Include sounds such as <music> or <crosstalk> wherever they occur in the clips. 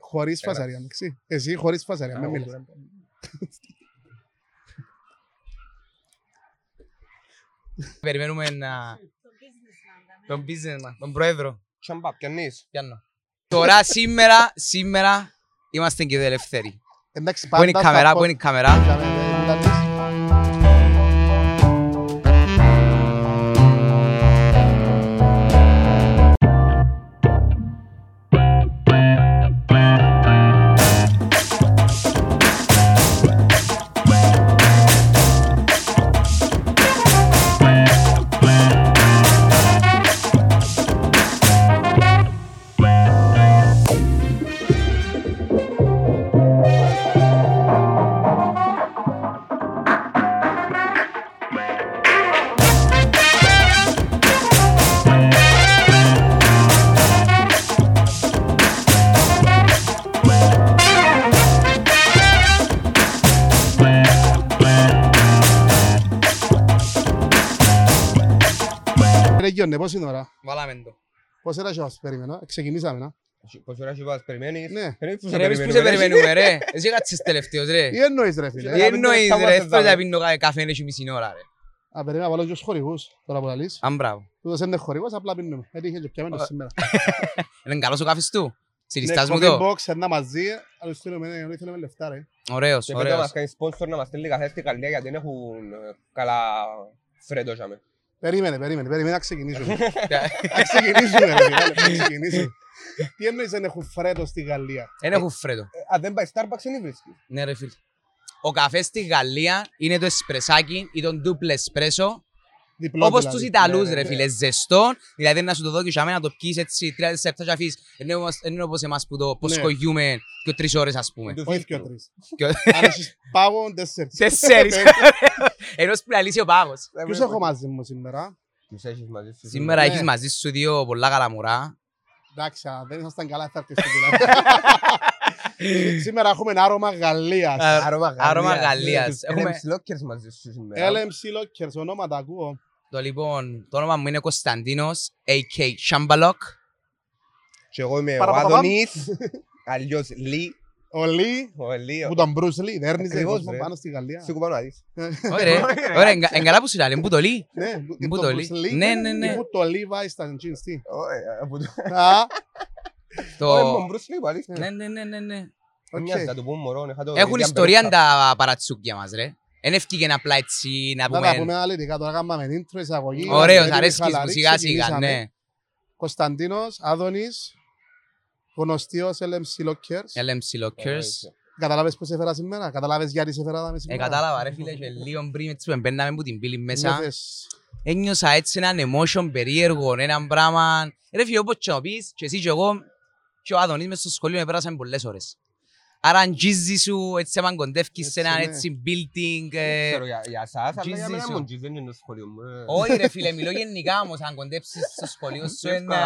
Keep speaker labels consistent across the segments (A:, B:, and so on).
A: Χωρίς φασαρία, μεξί. Εσύ χωρίς φασαρία, με μιλάς.
B: Περιμένουμε να... Τον businessman, τον πρόεδρο.
C: Τσαμπά, πιανείς.
B: Πιάνω. Τώρα, σήμερα, σήμερα, είμαστε και ελευθεροί.
A: Εντάξει,
B: Πού
A: πάντα
B: είναι η καμερά,
A: στα
B: πού είναι η καμερά.
A: podcast κάνετε λάθος. Ρε Γιόννε, πώς είναι η ώρα.
B: Βάλαμε το.
A: Πώς έρασε μας περιμένω. Ξεκινήσαμε, να.
C: Πόση ώρα σου πας, περιμένεις.
A: Ναι.
C: Ε, πού σε
B: Ρε, εμείς που σε
C: περιμένουμε,
B: περιμένουμε,
C: ρε.
B: ρε. Εσύ κάτσες τελευταίος, ρε.
A: Τι εννοείς ρε
B: Τι
A: φίλε.
C: Ε,
B: εννοείς,
C: θα
B: ρε.
C: βάζεις
B: Θέλω να
C: δάμε.
B: πίνω κα- καφέ, έχει μισή ώρα, ρε.
A: Α, περίμενα να βάλω και τους χορηγούς, τώρα που τα λύσεις.
B: Αν μπράβο.
A: Τούτος είναι χορηγός, απλά πίνουμε. Έτυχε και πιαμένος
B: Ε,
A: σήμερα.
B: Είναι καλός ο καφές του. Συλλιστάς
A: Ναι,
B: μου
A: coffee
B: το.
A: box, ένα μαζί, αλλά τους στείλουμε, ναι, όλοι θέλουμε λεφτά, ρε.
B: Ωραίος,
C: Και πρέπει να
B: ωραίος.
C: μας κάνει sponsor να μας στέλνει καφέ στη Γαλλία γιατί δεν έχουν ε, καλά φρέντο τζάμε.
A: Περίμενε, περίμενε, περίμενε να <laughs> ξεκινήσουμε.
B: <laughs>
A: Να ξεκινήσουμε, ρε μεγάλε, να ξεκινήσουμε. Τι εννοείς δεν έχουν φρέτο στη Γαλλία.
B: Δεν έχουν φρέτο.
C: Ε, Αν δεν πάει Starbucks δεν βρίσκει.
B: Ναι, ρε φίλε. Ο καφέ στη Γαλλία είναι το εσπρεσάκι ή τον ντούπλε εσπρέσο.
A: Διπλό
B: Όπως
A: δηλαδή.
B: τους Ιταλούς,
C: ναι,
B: ρε
C: ναι.
B: φίλε, ζεστό. Δηλαδή να σου το δω και ουσιαμένα να το πιει έτσι 3 λεπτά και αφήσεις. Δεν είναι όπως εμάς που το
A: Ναι.
B: ποσκογιούμε και τρεις ώρες, ας πούμε.
C: Του
A: Όχι
C: φίλου.
A: πιο τρεις.
B: Και ο- <laughs>
A: Αν έχεις πάγο, τέσσερις.
B: Τέσσερις. <laughs> Ενώ σπλαλίσει ο πάγος.
C: Ε,
A: Ποιους έχω μαζί μου σήμερα.
C: Τους έχεις μαζί σου.
B: Σήμερα
A: Ναι.
B: έχεις μαζί σου δύο πολλά καλά μωρά.
A: Εντάξει, αν δεν ήσασταν καλά, θα έρθεις στο δουλειά. <laughs> Σήμερα έχουμε ένα άρωμα
B: Ε,
A: Γαλλίας.
C: Άρωμα
B: Άρωμα Γαλλίας.
C: Γαλλίας.
B: Έχουμε-
C: Έχουμε ψιλόκερς μαζί σου
A: Ε,
C: σήμερα.
A: LMC Lockers, ονόματα ακούω.
B: Το λοιπόν, το όνομα μου είναι Κωνσταντίνος, a.k. Σαμπαλοκ.
C: Και εγώ είμαι ο
A: Παραπαπαπαμ.
C: Άδωνης, <laughs> αλλιώς Λί.
A: Ο Λί,
C: Ο Λί. ο-
A: που ήταν Bruce Lee, δεν έρνιζε
C: Ακριβώς,
A: κόσμο
C: ρε.
A: πάνω στη Γαλλία.
C: Σου κουπάνω να δεις.
B: Ωραία, ωραία, εγκα- εγκαλά που σου λέει, που το λέει.
A: Ναι, που-
B: Που
A: που
B: το
A: το
B: Lee.
A: Bruce Lee.
B: Ναι, ναι, ναι.
A: ή Που το Levi's ήταν jeans, τι.
C: Ω, ε, από το-
A: Α,
C: Ω, ε,
B: Το.
C: μου, Bruce Lee, πάλι.
B: Ναι, ναι, ναι, ναι, ναι.
A: οκ.
C: Μοιάζει να του πούμε μωρό, είχα Ε, το
B: Έχουν
C: ίδια
B: ιστορία
C: μπερούφτα.
B: τα παρατσούκια μας, ρε. Εν ευκήγεν απλά έτσι να
A: Να τα πούμε
B: πούμε.
A: αναλυτικά, τώρα κάνουμε intro, εισαγωγή.
B: Ωραίος,
A: Έτοιμοι,
B: αρέσκεις μου,
A: χαλαροί,
B: σιγά σιγά,
A: ξεκινήσαμε.
B: ναι.
A: Κωνσταντίνος, Άδωνης, γνωστός LMC Lockers.
B: LMC Lockers.
A: Καταλάβες που σε έφερα σήμερα, καταλάβες γιατί σε έφερα τα
B: Ε,
A: σήμερα.
B: κατάλαβα ρε φίλε, και λίγο πριν έτσι που μπαίναμε που την πύλη μέσα,
A: Νιώθες-
B: ένιωσα έτσι έναν emotion περίεργο, ναι, έναν πράγμα. Ρε φίλε, όπως και να πεις, και εσύ και εγώ, και ο Άδωνης μες στο σχολείο με πέρασαμε πολλές ώρες. Άρα αγγίζει σου, έτσι άμα κοντεύκεις σε
A: Έτσι,
B: έναν
A: ναι.
B: έτσι building.
C: Δεν
B: ε,
C: ξέρω για- για εσάς, αλλά για
B: Τζιζί
C: μένα
B: σου.
C: μου τζιζί δεν είναι το σχολείο μου. ε.
B: Όχι ρε φίλε, μιλώ γενικά όμως, αν κοντέψεις στο σχολείο σου
A: Ε,
B: ένα...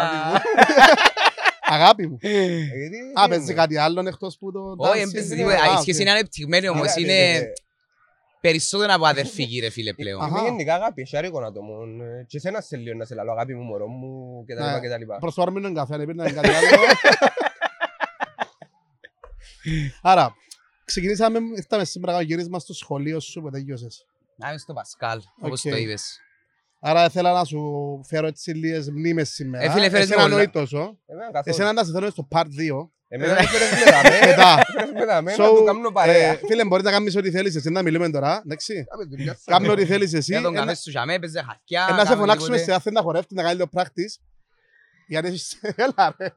A: Αγάπη μου.
C: Ε, γιατί-
A: Α,
C: τι
A: παίζει
C: είναι.
A: κάτι άλλο εκτός που το...
B: ναι, Όχι,
A: dancing.
B: εμπέζει
A: Α,
B: τίποτα. ε, Η
A: ναι, οκ. ναι,
B: σχέση είναι ανεπτυγμένη όμως,
C: Αγάπη,
B: είναι...
C: ε,
B: περισσότερο από αδερφική ρε φίλε πλέον.
A: Αχα.
C: Είναι γενικά αγάπη, έχει άρρηκον ατόμων. ε, Και εσένα σε λίγο να σε λαλώ, αγάπη μου, μωρό μου, και τα
A: Ναι.
C: λοιπά και τα λοιπά.
A: Προς το παρόν πίνουν καφέ, δεν πίνουν κάτι
B: <laughs>
A: άλλο. Άρα, ξεκινήσαμε, ήρθαμε σήμερα για γύρισμα στο σχολείο σου που τελειώσες.
B: Να είμαι στο Πασκάλ, όπως
A: Οκ.
B: το είπες.
A: Άρα ήθελα να σου φέρω έτσι λίγες μνήμες σήμερα.
B: Ε, φίλε, φέρες
A: Εσένα
B: μου όλα.
A: όχι τόσο.
C: Εμένα καθόλου.
A: Εσένα να σε θέλω στο part 2.
C: Εμένα δεν φέρες με τα
B: <laughs>
C: μένα,
A: Μετά.
C: δεν φέρες με τα μένα,
A: So,
C: του κάνω παρέα.
A: ε, Φίλε, μπορείς να κάνεις ό,τι θέλεις εσύ, να μιλούμε τώρα, εντάξει.
C: Κάμε δουλειά σου.
A: Κάμε ό,τι θέλεις εσύ.
B: Για τον
A: Ένα-
B: καφέ σου γιαμέ, παίζε χαρτιά.
A: ε, Να σε
B: κάμε
A: φωνάξουμε
B: τίποτε.
A: σε άθεν να χορεύεις, να κάνεις λίγο practice. Γιατί έχεις... <laughs> Έλα ρε.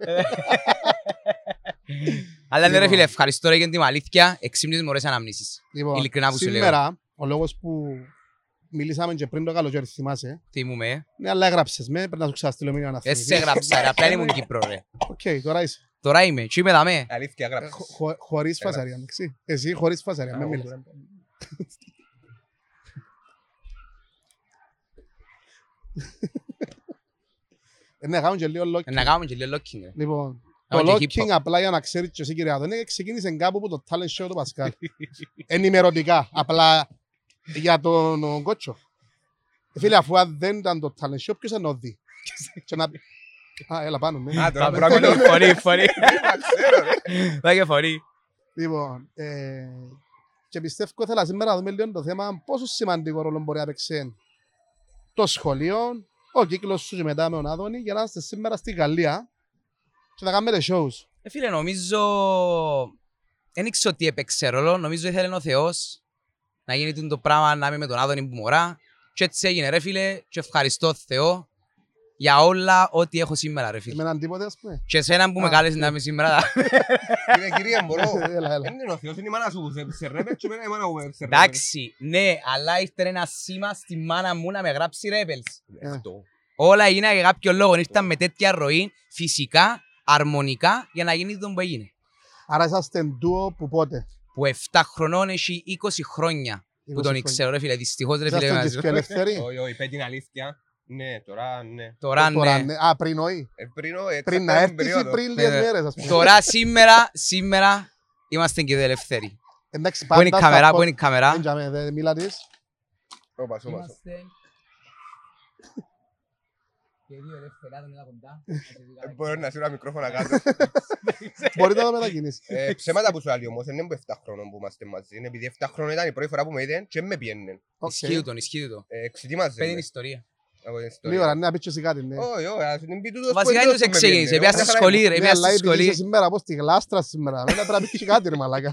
B: Αλλά ναι ρε
A: Λοιπόν.
B: φίλε, ευχαριστώ ρε για την αλήθεια. Εξύμνησες μωρές αναμνήσεις.
A: Λοιπόν,
B: Ειλικρινά που σου λέω.
A: σήμερα, ο λόγος που μιλήσαμε και πριν το καλοκαίρι, θυμάσαι.
B: Θυμούμε. ε.
A: Ναι, αλλά έγραψες με, πρέπει να σου ξαναστείλω μήνυμα να
B: Δεν Ε, σε
A: θυμηθείς.
B: έγραψα ρε,
A: <laughs>
B: απλά ήμουν Κύπρο ρε.
A: Οκ, τώρα είσαι.
B: Τώρα είμαι, και είμαι δαμέ.
C: Αλήθεια,
A: Ε,
C: γράψε.
A: χω- χω- Χωρίς
C: Έγραψες.
A: φασαρία, εντάξει. Εσύ χωρίς φασαρία, με
C: Α,
A: μιλάς.
C: ωραία.
A: Ε, Ναι, κάνουμε και λίγο locking.
B: Να κάνουμε και λίγο locking ρε.
A: Λοιπόν, το
B: Κάνουμε και
A: locking
B: hip hop.
A: απλά για να ξέρεις και εσύ κύριε Αδωνή, ξεκίνησε κάπου από το talent show του
B: <laughs>
A: Πασκάλ. Ενημερωτικά, απλά για τον Ε, ο, Κότσο. Φίλε, αφού αν δεν ήταν το talent show, ποιος θα το δει. Και να- Α, έλα πάνω, ναι.
B: <laughs>
C: Α, τώρα
B: Φωνή,
C: πρέπει να μιλώ.
B: Φωνή,
A: <laughs>
B: φωνή.
C: Να ξέρω, ρε.
B: Πάει και φωνή.
A: Λοιπόν, ε, και πιστεύω θέλω σήμερα να δούμε λίγο το θέμα πόσο σημαντικό ρόλο μπορεί να παίξει το σχολείο, ο κύκλος σου και μετά με τον Άδωνη για να είστε σήμερα στη Γαλλία και να κάνετε shows.
B: Ε, Φίλε, νομίζω. Δεν ήξερα τι έπαιξε ρόλο. Νομίζω ήθελε ο Θεός να γίνει τούτο το πράγμα να είμαι με τον Άδωνη που μωρά. Και έτσι έγινε, ρε φίλε, και ευχαριστώ Θεό για όλα ό,τι έχω σήμερα, ρε
A: Με
B: φίλε.
A: έναν τίποτε, ας πούμε.
B: Και εσένα που με
A: Α, ναι.
B: κάλεσες να είμαι σήμερα.
A: <laughs>
C: Κύριε, κύριε, μπορώ.
A: Ε, έλα, έλα.
C: Δεν είναι ο Θεός, είναι η μάνα σου που σε- σε ρέπε και εμένα η μάνα μου σε ρέπε.
B: Εντάξει, ναι, αλλά ήρθε ένα σήμα στη μάνα μου να με γράψει Rebels.
C: Αυτό.
B: Όλα έγιναν για κάποιο λόγο. Ήρθαν με τέτοια ροή, φυσικά, αρμονικά, για να γίνει το που έγινε.
A: Άρα είσαστε ντουο που πότε.
B: Που 7 χρονών έχει 20 χρόνια που τον ξέρω, ρε φίλε. Δυστυχώς, ρε φίλε.
A: Είσαστε
B: μαζί.
A: και πιο ελευθεροί.
C: Όχι, όχι, πες την αλήθεια. Ναι, τώρα ναι.
B: Τώρα,
A: Τώρα,
B: ναι.
A: ναι. Α, πριν όχι.
C: Ε, Πριν, ο- έτσι,
A: Πριν να
C: ήταν
A: έρθεις ή
C: περίοδος.
A: πριν λίγες
B: Ναι, ναι.
A: μέρες, ας πούμε.
B: Τώρα, σήμερα, σήμερα, είμαστε και ελευθεροί.
A: Εντάξει,
B: Πού είναι η
A: πάντα
B: καμερά,
A: στα
B: πού είναι η
A: podcast-
B: καμερά.
A: Δεν τζαμε, δεν μίλα της.
C: Όπα, σου, όπα, σου. Ε, Μπορεί να σου ένα μικρόφωνο κάτω.
A: Μπορείτε να το μετακινήσεις.
C: Ε, Ψέματα που σου λέει όμως, δεν είναι που 7 χρόνων που είμαστε μαζί. Είναι επειδή 7 χρόνων ήταν η πρώτη φορά που με είδαν και με πιέννε.
B: Ισχύει τον, ισχύει το.
C: Ε, Ξετοίμαζε
B: Πέντε
C: με
B: είναι ιστορία.
C: από την ιστορία.
A: Λίγο, ρε, ναι, να πεις και εσύ κάτι, ναι.
C: Όχι, όχι, ας μην πει τούτος που
B: Βασικά
C: εντός
B: είναι
C: που με
B: ξεκίνησε.
C: πιέννε.
B: Πήγα στη
C: Χαρά
B: σχολή,
C: είναι.
B: ρε.
A: Ναι,
B: Πήγα
A: αλλά
B: στη
A: επειδή είσαι
B: σχολή.
A: σήμερα, πώς τη γλάστρα σήμερα. Μένα πρέπει να πεις και κάτι ρε μαλάκα.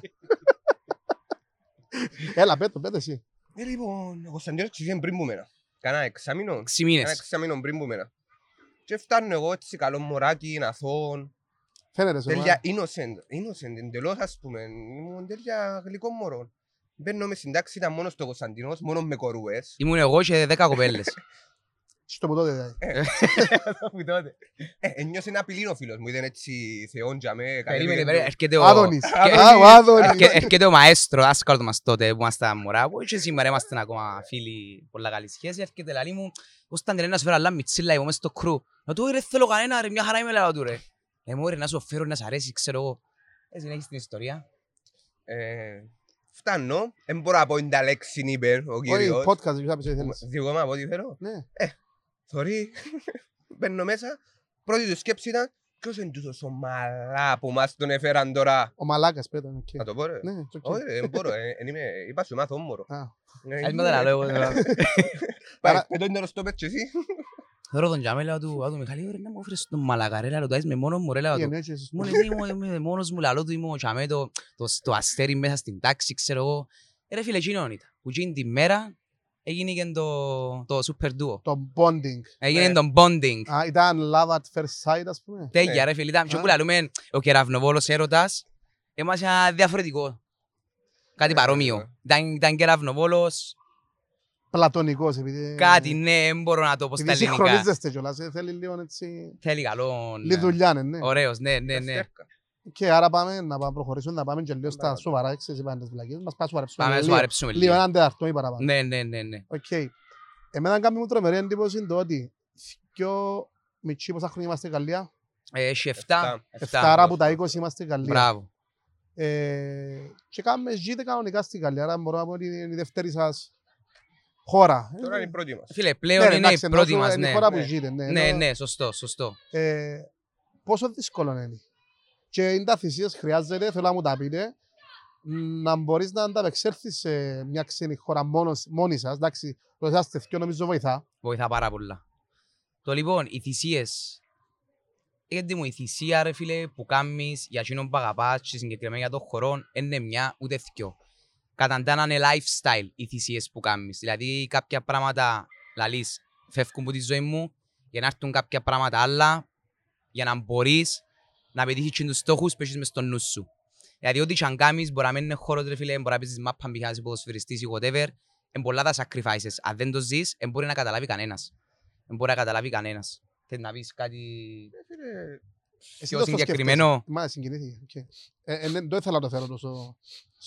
A: Έλα, πέτω, πέτω εσύ.
C: Ε, Λοιπόν, ο Κωνσταντίνος ξεκίνησε πριν που μένα. Κάνα εξάμηνο.
B: 6
C: Κάνα
B: μήνες.
C: εξάμηνο πριν που μένα. Και φτάνω εγώ έτσι καλό μωράκι, είναι αθώων.
A: Φαίνεται σου.
C: Τέλεια innocent, innocent εντελώς ας πούμε. Ήμουν τέλεια γλυκό μωρό. Μπαίνω με συντάξη, ήταν μόνος στο Κωνσταντινός, μόνος με κορούες.
B: Ήμουν εγώ και 10 κοπέλες.
A: Στο ποτό δεν δηλαδή.
C: Ε, Ένιωσε ένα απειλήν ο φίλος μου, ήταν έτσι θεόν για με.
B: Περίμενε,
C: κατέβηκε
B: περίμενε, Ε,
C: το-
B: έρχεται
A: Ο
B: ο...
A: Άδωνης. Α, ο
B: Έρχε-
A: Άδωνης.
B: Έρχεται ο μαέστρο, δάσκαλο του μας τότε που ήμασταν μωρά που και σήμερα είμαστε ακόμα φίλοι πολλά καλή σχέση. Έρχεται λαλή μου, «Πώς ήταν να σου φέρω αλάμι τσίλα είμαι μες στο κρου». Να του «Ε, ρε θέλω κανένα ρε, μια χαρά είμαι λαλά του ρε. Ε, μου ρε να σου φέρω να σ' αρέσει, ξέρω εγώ. Ε, συνέχισε την ιστορία.
C: Ε, Φτάνω, δεν μπορώ να πω είναι τα λέξη είπε ο
A: Όχι,
C: κύριος.
A: podcast, δεν ξέρω θέλεις.
C: Διότι να πω τι θέλω.
A: Ναι.
C: Θωρεί, <laughs> μπαίνω μέσα, πρώτη του σκέψη ήταν ποιος είναι τούτος ο μαλά που μας τον έφεραν τώρα.
A: Ο μαλάκας πέτω. οκ.
C: Να το πω ρε.
A: Ναι, it's okay.
C: Όχι, ρε, δεν μπορώ, ε, εν είμαι, είπα σου μάθω όμορο.
A: Α.
B: Ας μετά τα λέω. ε,
C: Πάει,
A: Άρα-
C: πέτω είναι ρωστό πέτσε εσύ.
B: Θεωρώ τον Τζαμέ, λέω του, «Α, του Μιχάλη, ρε, να μου έφερες τον μαλακαρέ, λαλό, το έχεις με μόνος μου, ρε, λαλό
A: Η
B: του».
A: εννοήσεις, ας πούμε.
B: Μόνο είμαι- είμαι μόνος μου, λαλό του, είμαι ο Τζαμέ, το- το- το αστέρι μέσα στην τάξη, ξέρω εγώ. Ε, ρε φίλε, εκείνον ήταν. Που εκείνη τη μέρα έγινε και το- το Super Duo.
A: Το bonding.
B: Έγινε
C: Ναι.
B: το bonding.
A: Α, Ήταν love at first sight, ας πούμε.
B: Τέλεια ρε φίλοι, ήταν πιο
A: Α.
B: που λαλούμε ο κεραυνοβόλος έρωτας. Είμαστε ένα διαφορετικό. Κάτι
C: Ε,
B: παρόμοιο.
C: ε.
B: Ήταν, ήταν κεραυνοβόλος,
A: Πλατωνικός, επειδή...
B: κάτι ναι, δεν μπορώ να το πω στα
A: Επειδή
B: ελληνικά.
A: συγχρονίζεστε κιόλας, ε, θέλει λίγο έτσι...
B: Θέλει καλό. ναι.
A: Λίγο δουλειά, ναι, ναι.
B: Ωραίος, ναι, ναι, ναι.
A: Και άρα πάμε να πάμε- προχωρήσουμε, να πάμε και λίγο στα
C: Μπράβο.
A: σοβαρά, ξέρεις, είπαμε τις βλακίες, μας πάει να σοβαρέψουμε
B: Πάμε να σου
A: λίγο.
B: αρέψουμε
A: Λίγο,
B: λίγο.
A: έναν τεταρτό ή παραπάνω.
B: Ναι, ναι, ναι, ναι.
A: Οκ. Εμένα κάνει μου τρομερή εντύπωση το ότι πιο μικροί πόσα χρόνια είμαστε Γαλλία.
B: Ε, Έχει 7.
C: Εφτά.
A: Εφτά άρα από τα 20 είμαστε Γαλλία.
B: Μπράβο.
A: Ε, και κάνουμε ζείτε κανονικά στη Γαλλία, άρα μπορώ να πω ότι είναι η δεύτερη σας χώρα.
C: Τώρα λοιπόν- είναι η
A: Ε,
C: πρώτη μας.
B: Φίλε,
A: ναι,
B: πλέον είναι η
A: εντάξει, ενώ
B: πρώτη
A: σου-
B: μας,
A: είναι η
B: ναι.
A: χώρα που
C: Ναι.
A: ζείτε, ναι.
B: Ναι,
A: Ενώ,
B: ναι, σωστό, σωστό.
A: ε, πόσο δύσκολο είναι. Και είναι τα θυσίες χρειάζεται, θέλω να μου τα πείτε, να μπορείς να ανταπεξέλθεις σε μια ξένη χώρα μόνος, μόνοι σας. Εντάξει, το εσάς τεθιό νομίζω βοηθά.
B: Βοηθά πάρα πολλά. Το λοιπόν, οι θυσίες. Γιατί μου η θυσία, ρε φίλε, που κάνεις για εκείνον που αγαπάς και συγκεκριμένα για τον χορό, είναι μια ούτε δυο. Καταντάνα είναι lifestyle οι θυσίες που κάνεις. Δηλαδή κάποια πράγματα, λαλείς, φεύγουν από τη ζωή μου για να έρθουν κάποια πράγματα άλλα, για να μπορείς να πετύχεις και τους στόχους που έχεις μες στο νου σου. Δηλαδή ό,τι και αν κάνεις, μπορεί να μην είναι χώρο, ρε φίλε, μπορεί να παίζεις μάπα, μπιχάς, είσαι ποδοσφαιριστής ή whatever, εν πολλά τα sacrifices. Αν δεν το ζεις, δεν μπορεί να καταλάβει κανένας. Δεν μπορεί να καταλάβει κανένας. Θέλεις να πεις κάτι
C: Ε, φίλε,
A: Εσύ
B: πιο
A: το σκέφτεσαι.
B: συγκεκριμένο.
A: Μα συγκινήθηκε. οκ. Ε, ε, ναι, το ήθελα να το φέρω τόσο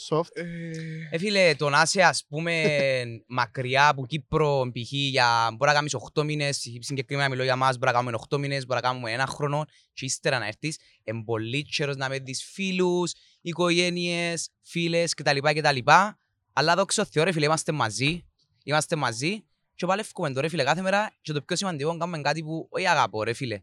A: soft.
C: ε,
B: Ε, φίλε, το να είσαι, ας πούμε, μακριά από Κύπρο, π.χ. για μπορεί να κάνεις 8 μήνες, συγκεκριμένα μιλώ για μας, μπορεί να κάνουμε 8 μήνες, μπορεί να κάνουμε ένα χρόνο και ύστερα να έρθεις, εν πολύ καιρός να με δεις φίλους, οικογένειες, φίλες κτλ. κτλ. Αλλά δόξα Θεώ, ρε φίλε, είμαστε μαζί, είμαστε μαζί και παλεύουμε το ρε φίλε κάθε μέρα και το πιο σημαντικό κάνουμε κάτι που όχι αγαπώ ρε φίλε.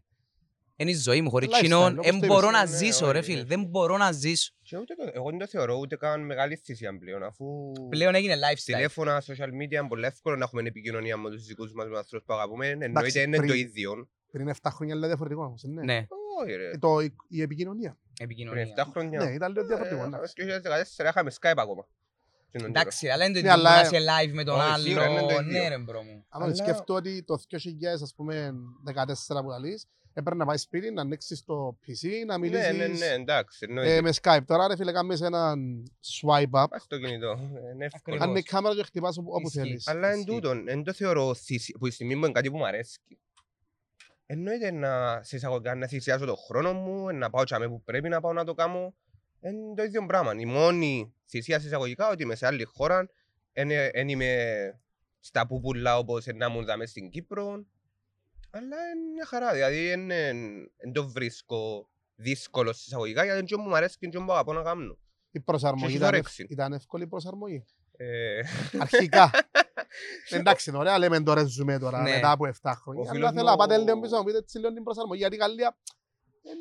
B: Είναι η ζωή μου. Χωρίς
A: Lifestyle,
B: κοινών
A: όπως
B: δεν
A: το
B: μπορώ
A: είπες.
B: να
C: Ναι,
B: ζήσω,
C: όχι,
B: ρε
C: ναι.
B: φίλε. Δεν μπορώ να ζήσω.
C: Και ούτε το, εγώ δεν το θεωρώ ούτε καν μεγάλη θυσία πλέον, αφού
B: Πλέον έγινε lifestyle.
C: τηλέφωνα, social media, πολύ εύκολο να έχουμε επικοινωνία με τους δικούς μας, με τους ανθρώπους που αγαπούμε,
A: Εντάξει,
C: εννοείται είναι
A: πριν-
C: το ίδιο.
A: Πριν 7 χρόνια λέει διαφορετικό όμως, ναι.
B: Ναι,
C: Όχι ρε,
A: Ε, Το, η, η επικοινωνία.
C: πριν
B: επικοινωνία.
C: 7 χρόνια.
A: Ναι, ήταν λίγο
C: Ε,
A: διαφορετικό.
C: ε,
A: εντάξει.
C: Το 2014 είχαμε Skype ακόμα.
B: Εντάξει, αλλά είναι το
A: Ναι,
B: ίδιο που να
A: αλλά-
C: ε,
B: είσαι live με τον
C: Όχι, σίγουρα είναι το
B: άλλο.
C: ίδιο.
B: Ναι, ρε μπρο μου.
A: Άμα
C: Αλλά-
A: σκεφτώ ότι το 2000, ας πούμε, 14 που λαλείς, έπρεπε να πάει σπίτι, να ανοίξεις το PC, να
C: Ναι,
A: μιλήσεις
C: ναι, ναι, εντάξει, εννοείται.
A: ε, με Skype. Τώρα, ρε φίλε, κάνεις έναν swipe up,
C: Πας στο κινητό, ε, είναι εύκολο.
B: Ακριβώς.
A: αν η κάμερα και χτυπάς όπου- όπου
B: Ισχύει.
A: θέλεις.
C: Αλλά εν
B: Ισχύει.
C: τούτον, εν το θεωρώ θυσι- που η στιγμή μου είναι κάτι που μου αρέσει. Εννοείται να σε εισαγωγικά να θυσιάσω τον χρόνο μου, να πάω τσαμέ που πρέπει να πάω να το κάνω. Είναι το ίδιο πράγμα. Η μόνη θυσία σε εισαγωγικά ότι είμαι σε άλλη χώρα, δεν είμαι στα πούπουλα όπως να ήμουν δαμές στην Κύπρο. Αλλά είναι μια χαρά. Δηλαδή δεν το βρίσκω δύσκολο σε εισαγωγικά γιατί δεν μου αρέσει και δεν μου αγαπώ να κάνω.
A: Η προσαρμογή
C: Και
A: ήταν, ευ-
C: όρεξη.
A: ήταν εύκολη η προσαρμογή.
C: Ε,
B: <laughs>
A: Αρχικά. Ε, Εντάξει, είναι ωραία, λέμε τώρα ζούμε τώρα,
B: Ναι.
A: μετά από 7
C: Ο
A: χρόνια.
C: φίλος
A: Αλλά θέλω να πάτε
C: μου-
A: λίγο πίσω να μου πείτε έτσι λίγο την προσαρμογή. Γιατί η Γαλλία